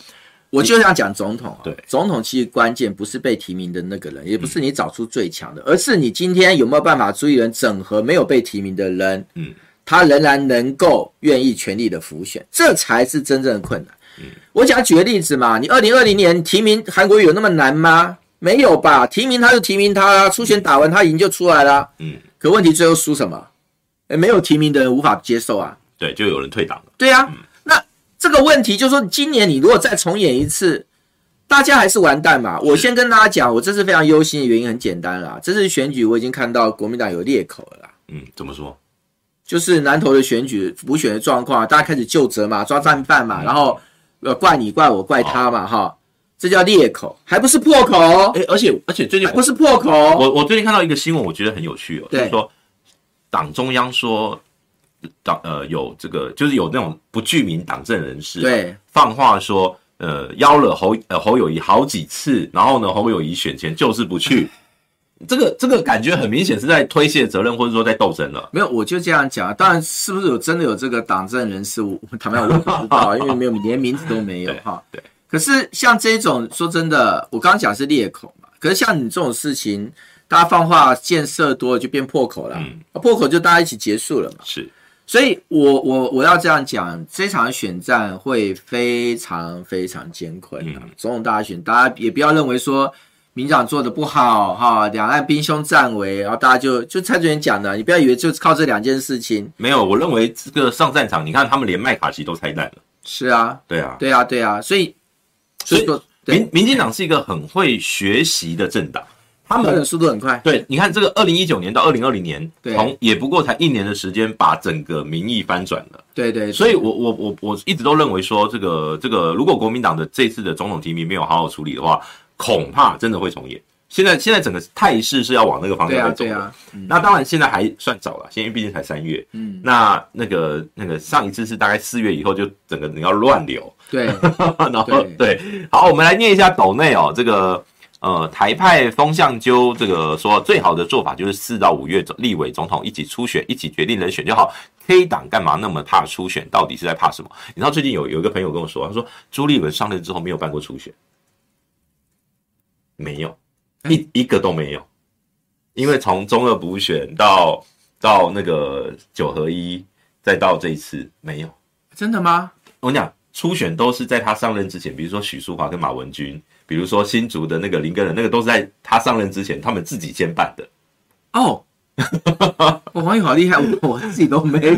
B: 我就想讲总统啊，
A: 对嗯
B: 总统其实关键不是被提名的那个人，也不是你找出最强的，而是你今天有没有办法注意人整合没有被提名的人，
A: 嗯，
B: 他仍然能够愿意全力的浮选，这才是真正的困难。嗯，我讲举个例子嘛，你二零二零年提名韩国瑜有那么难吗？没有吧，提名他就提名他啦，啊初选打完他赢就出来啦。
A: 嗯，
B: 可问题最后输什么？诶没有提名的人无法接受啊。
A: 对，就有人退党了。
B: 对啊，那这个问题就是说，今年你如果再重演一次，大家还是完蛋嘛。我先跟大家讲，我这次非常忧心的原因很简单啦，这次选举我已经看到国民党有裂口了啦。
A: 嗯，怎么说？
B: 就是南投的选举补选的状况，大家开始就责嘛，抓战犯嘛，然后呃怪你怪我怪他嘛，哈，这叫裂口，还不是破口哦，
A: 哎，而且而且最近
B: 还不是破口哦，
A: 我我最近看到一个新闻，我觉得很有趣哦，就
B: 对
A: 是说党中央说党呃有这个就是有那种不具名党政人士、
B: 对
A: 放话说。呃，邀了侯呃侯友谊好几次，然后呢，侯友谊选前就是不去， [laughs] 这个这个感觉很明显是在推卸责任，或者说在斗争了。
B: 没有，我就这样讲。啊当然，是不是有真的有这个党政人士，我坦白我也不知道，啊因为没有连名字都没有
A: 对
B: 哈。
A: 对。
B: 可是像这种，说真的，我刚刚讲是裂口嘛。可是像你这种事情，大家放话建设多了就变破口了，
A: 嗯
B: 啊破口就大家一起结束了嘛。
A: 是，
B: 所以我，我我要这样讲，这场选战会非常非常艰困啊！
A: 嗯
B: 总统大选，大家也不要认为说民进党做的不好哈，两岸兵凶战危，然后大家就就蔡主任讲的，你不要以为就靠这两件事情。
A: 没有，我认为这个上战场，你看他们连麦卡锡都拆弹了。
B: 是啊，
A: 对啊，
B: 对啊，对啊，所以
A: 所以
B: 说，对
A: 民，民进党是一个很会学习的政党，他
B: 他
A: 们
B: 们速度很快，
A: 对，你看这个二零一九年到二零二零年，
B: 对
A: 从也不过才一年的时间，把整个民意翻转了。
B: 对对，
A: 所以我我我我一直都认为说，这个这个，如果国民党的这次的总统提名没有好好处理的话，恐怕真的会重演。现在现在整个态势是要往那个方
B: 对
A: 向
B: 啊
A: 在走
B: 对
A: 的。
B: 啊，
A: 那当然现在还算早了，现在毕竟才三月。
B: 嗯，
A: 那那个那个上一次是大概四月以后，就整个你要乱流。
B: 对，
A: [laughs] 然后对，好，我们来念一下斗内哦，这个呃台派风向纠这个说最好的做法就是四到五月总立委总统一起初选，一起决定人选就好。K 党干嘛那么怕初选？到底是在怕什么？你知道最近有有一个朋友跟我说，他说朱立伦上任之后没有办过初选，没有一一个都没有，因为从中二补选到到那个九合一，再到这一次没有。
B: 真的吗？
A: 我跟你讲，初选都是在他上任之前，比如说许淑华跟马文君，比如说新竹的那个林根人，那个都是在他上任之前他们自己先办的。 [laughs]
B: 哦，我网友好厉害，我我自己都没有，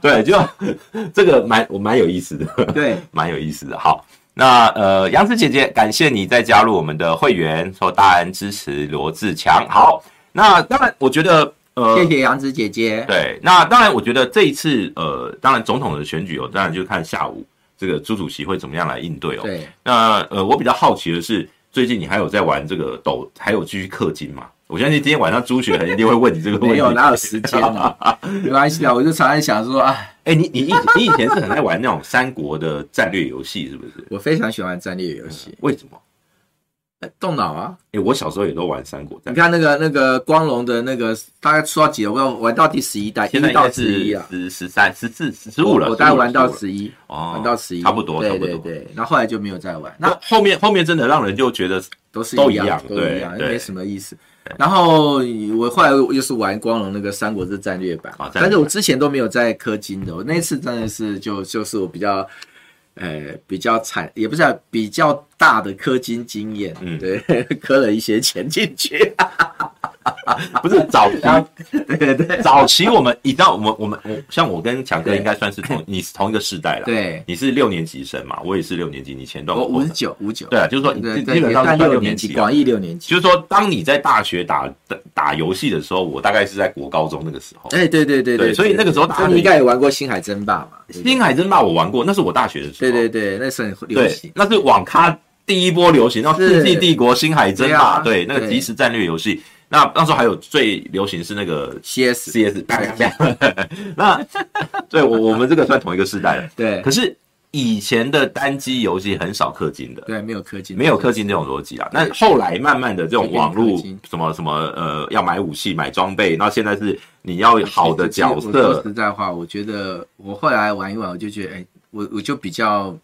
A: 对，就 [laughs] 这个蛮我蛮有意思的， [laughs]
B: 对。
A: 蛮有意思的。好，那呃，杨子姐姐，感谢你再加入我们的会员，说大恩支持罗志强。好，那当然，我觉得呃，
B: 谢谢杨子姐姐。
A: 对，那当然，我觉得这一次，呃，当然总统的选举哦，当然就看下午这个朱主席会怎么样来应对哦。
B: 对，
A: 那呃，我比较好奇的是，最近你还有在玩这个抖，还有继续氪金吗？我相信
B: [laughs]
A: 今天晚上朱雪恒一定会问你这个问题。 [laughs]
B: 没有哪有时间啊？没关系啊，我就常常想说，哎，
A: 哎，你你以你以前是很爱玩那种三国的战略游戏，是不是？
B: 我非常喜欢战略游戏，
A: 为什么？
B: 呃动脑啊！
A: 哎，我小时候也都玩三国
B: 你
A: 战，
B: 看那个那个光荣的那个，大概出到几了？我要玩到第十一代，
A: 现在
B: 一
A: 应该
B: 到十一
A: 是
B: 啊，哦
A: 十十三、十四、十五了。
B: 我大
A: 15
B: 概
A: 了
B: 玩到
A: 15了
B: 十一，
A: 哦，
B: 玩到十一，
A: 差不多，差
B: 对
A: 不
B: 对
A: 多。
B: 对。然后后来就没有再玩。那
A: 那后面后面真的让人就觉得
B: 都是
A: 都
B: 一
A: 一样
B: 都一样，
A: 对
B: 没什么意思。然后我后来又是玩光荣那个《三国志战略版》
A: 啊战略版
B: 但是我之前都没有在氪金的，我那次真的是就就是我比较，呃，比较惨，也不是、啊、比较大的氪金经验，
A: 嗯
B: 对， [laughs] 氪了一些钱进去， [laughs]
A: 不是早期，
B: 对对啊对
A: 早期我们你知道，我们我们我像我跟强哥应该算是同你是同一个世代了。，
B: 对，
A: 你是六年级生嘛，我也是六年级，你前段
B: 我五
A: 我
B: 十九五九，
A: 对啊，就是说你
B: 对
A: 基
B: 对，
A: 基本
B: 也
A: 上
B: 算
A: 是算
B: 六
A: 年
B: 年级，
A: 啊
B: 广义六年级，
A: 就是说，当你在大学打打打游戏的时候，我大概是在国高中那个时候。
B: 哎，对对对
A: 对所以那个时候大家
B: 那你应该也玩过《星海争霸》嘛？对不对
A: 星海争霸我玩过，那是我大学的时候。
B: 对对对，那时候很流
A: 对
B: 行，，
A: 那是网咖第一波流行，然后《世纪
B: 是
A: 帝国》《星海争霸》对
B: 对啊
A: 那个
B: 对
A: 即时战略游戏。那那时候还有最流行是那个
B: CS
A: CS，啪啪啪 [laughs] 那对我我们这个算同一个时代的。
B: 对
A: 可是以前的单机游戏很少氪金的，
B: 对，没有氪金，
A: 没有氪金这种逻辑啊。那后来慢慢的这种网
B: 没有
A: 络
B: 氪金
A: 什么什么呃，要买武器、买装备，那现在是你要好的角
B: 我说
A: 色，
B: 实在话，我觉得我后来玩一玩，我就觉得，哎，我我就比较，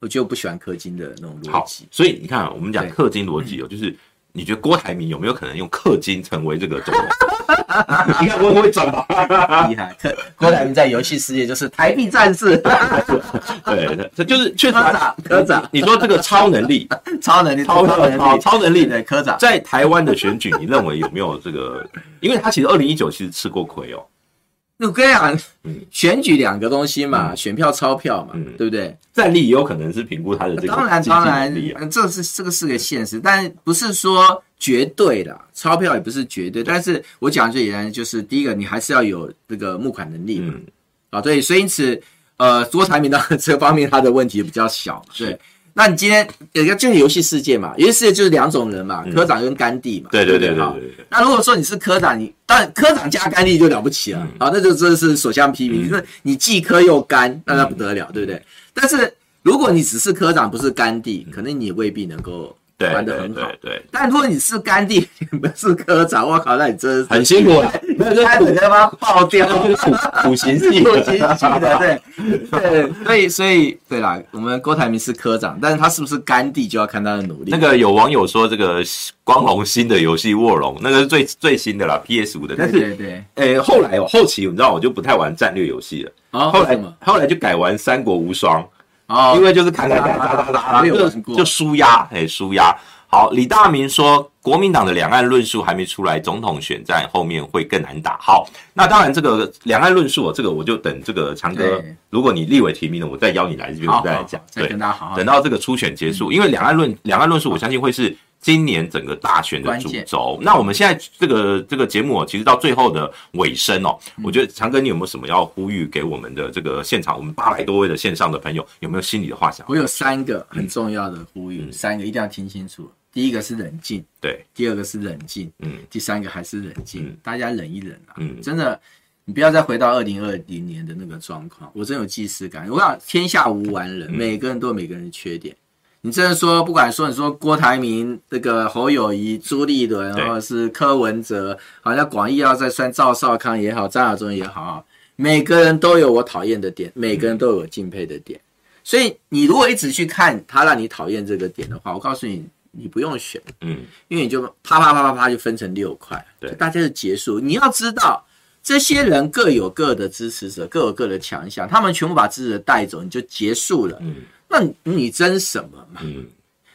B: 我就不喜欢氪金的那种逻
A: 好
B: 辑。，
A: 所以你看啊，我们讲
B: 对
A: 氪金逻辑哦，就是你觉得郭台铭有没有可能用氪金成为这个
B: [laughs]
A: 总统？你看我会
B: 啊
A: 转吧？啊
B: 厉害，氪郭台铭在游戏世界就是台币战
A: [laughs]
B: 士，
A: 对，这就是确实啊 [laughs]
B: 科长科长
A: 你说这个超能力，
B: 超能力，
A: 超
B: 能力，
A: 超能力
B: 对科长，
A: 在台湾的选举，你认为有没有这个？因为他其实二零一九其实吃过亏哦，
B: 我跟你讲
A: 嗯，
B: 选举两个东西嘛，选票、钞票嘛
A: 嗯，
B: 对不对？
A: 战力也有可能是评估他的这个
B: 当然，
A: 经济
B: 当
A: 能
B: 然
A: 力啊，
B: 嗯这是这个是个现实，但不是说绝对的，钞票也不是绝对。但是我讲最简单，就是第一个，你还是要有这个募款能力嘛。
A: 嗯
B: 啊，对，所以因此，呃，多产品当然 [laughs] 这方面它的问题比较小，对。那你今天有一个就是游戏世界嘛，游戏世界就是两种人嘛，科长跟甘地
A: 嗯
B: 嘛，
A: 对对
B: 不
A: 对对
B: 哈
A: 对对对
B: 那如果说你是科长，你当然科长加甘地就了不起了，
A: 嗯
B: 好，那就真的是所向披靡，就是你既科又甘，那那不得
A: 嗯
B: 了，对不对？但是如果你只是科长，不是甘地，可能你也未必能够
A: 嗯对
B: 玩得
A: 对
B: 很好
A: 对。对，
B: 但如果你是甘地， [laughs] 你不是科长，我靠，那你真的
A: 很辛
B: [laughs]
A: 苦了，
B: 是，
A: [laughs]
B: 那就他妈爆掉。
A: 就是苦苦行
B: [laughs] 自己
A: 系
B: 做经济的，
A: [laughs]
B: 对对，所以所以对啦，我们郭台铭是科长，但是他是不是甘地就要看他的努力。
A: 那个有网友说，这个光荣新的游戏《卧龙》，那个是最最新的啦，PS 五的。但
B: 对
A: 是，
B: 对对，
A: 诶、后来哦，后期你知道我就不太玩战略游戏了。
B: 哦，
A: 后
B: 为
A: 来
B: 什么？
A: 后来就改玩《三国无双》
B: 哦，
A: 因为就是砍砍砍打打打，
B: 没有
A: 就
B: 玩过
A: 就输压，诶，输压。好，李大明说，国民党的两岸论述还没出来，总统选战后面会更难打。好，那当然这个两岸论述哦，这个我就等这个强哥
B: 对，
A: 如果你立委提名了，我再邀你来这边，我
B: 好
A: 们再来
B: 好
A: 讲。
B: 再
A: 对
B: 跟，大家好好
A: 啊等到这个初选结束，因为两岸论两岸论述，我相信会是今年整个大选的主
B: 关键
A: 轴。那我们现在这个这个节目、哦，其实到最后的尾声哦，我觉得强哥，你有没有什么要呼吁给我们的这个现场，我们八百多位的线上的朋友，有没有心里的话想？
B: 我有三个很重要的呼吁，三个一定要听清楚。第一个是冷静，
A: 对，
B: 第二个是冷静，
A: 嗯，
B: 第三个还是冷静
A: 嗯，
B: 大家忍一忍啊！
A: 嗯
B: 真的，你不要再回到二零二零年的那个状况，我真有既视感。我想天下无完
A: 嗯
B: 人，每个人都有每个人的缺点。你真的说，不管说你说郭台铭、这个侯友谊、朱立伦，
A: 对
B: 或者是柯文哲，好像广义要再算赵少康也好，张亚中也好，啊每个人都有我讨厌的点，每个人都有我敬佩的点。所以你如果一直去看他让你讨厌这个点的话，我告诉你，你不用选。
A: 嗯，
B: 因为你就啪啪啪啪啪就分成六块，
A: 对
B: 就大家就结束。你要知道，这些人各有各的支持者，各有各的强项，他们全部把支持者带走，你就结束了。
A: 嗯，
B: 那你你争什么嘛？
A: 嗯，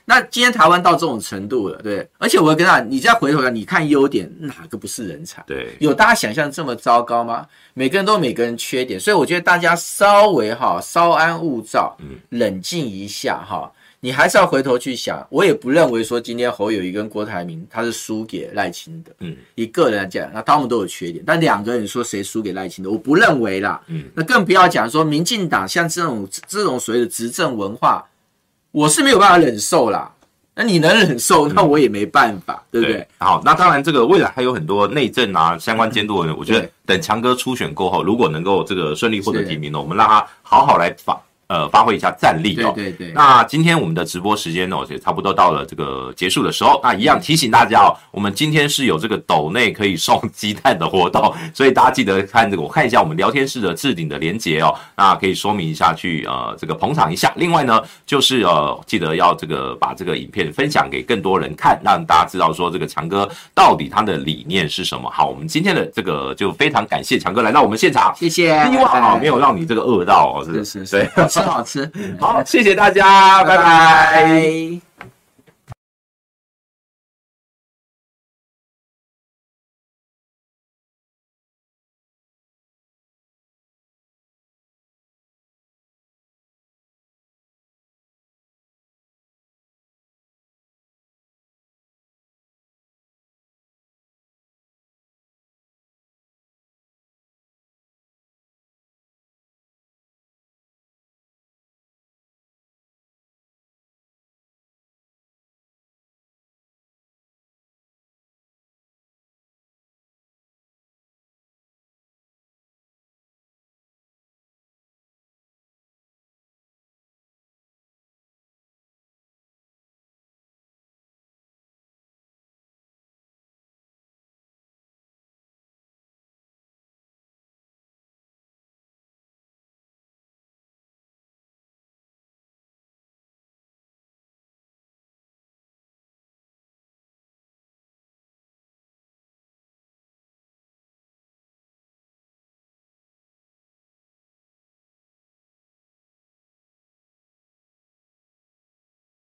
B: 那今天台湾到这种程度了，对，而且我跟你讲，你再回头看，你看优点哪个不是人才？
A: 对，
B: 有大家想象这么糟糕吗？每个人都有每个人缺点，所以我觉得大家稍微哈稍安勿躁，
A: 嗯
B: 冷静一下哈。你还是要回头去想，我也不认为说今天侯友谊跟郭台铭他是输给赖清德，
A: 嗯，
B: 以个人来讲，那他们都有缺点，但两个人说谁输给赖清德，我不认为啦，
A: 嗯，
B: 那更不要讲说民进党像这种这种所谓的执政文化，我是没有办法忍受啦。
E: 那你能忍受，
A: 嗯
E: 那我也没办法，对不对？？
A: 好，那当然，这个未来还有很多内政啊相关监督的人，我觉得
E: 对
A: 等强哥初选过后，如果能够这个顺利获得
E: 是
A: 提名呢，哦我们让他好好来发呃发挥一下战力
E: 对
A: 哦。
E: 对对，
A: 那今天我们的直播时间呢，也差不多到了这个结束的时候。那一样提醒大家哦，我们今天是有这个斗内可以送鸡蛋的活动， [laughs] 所以大家记得看这个，我看一下我们聊天室的置顶的连接哦，那可以说明一下去呃这个捧场一下。另外呢，就是呃记得要这个把这个影片分享给更多人看，让大家知道说这个强哥到底他的理念是什么。好，我们今天的这个就非常感谢强哥来到我们现场，
E: 谢谢，
A: 希望啊没
E: 有，
A: 有让你这个饿到哦，是
E: 是是
A: 对 [laughs]
E: 是，好吃好吃，
A: 好，谢谢大家，拜拜
E: 拜拜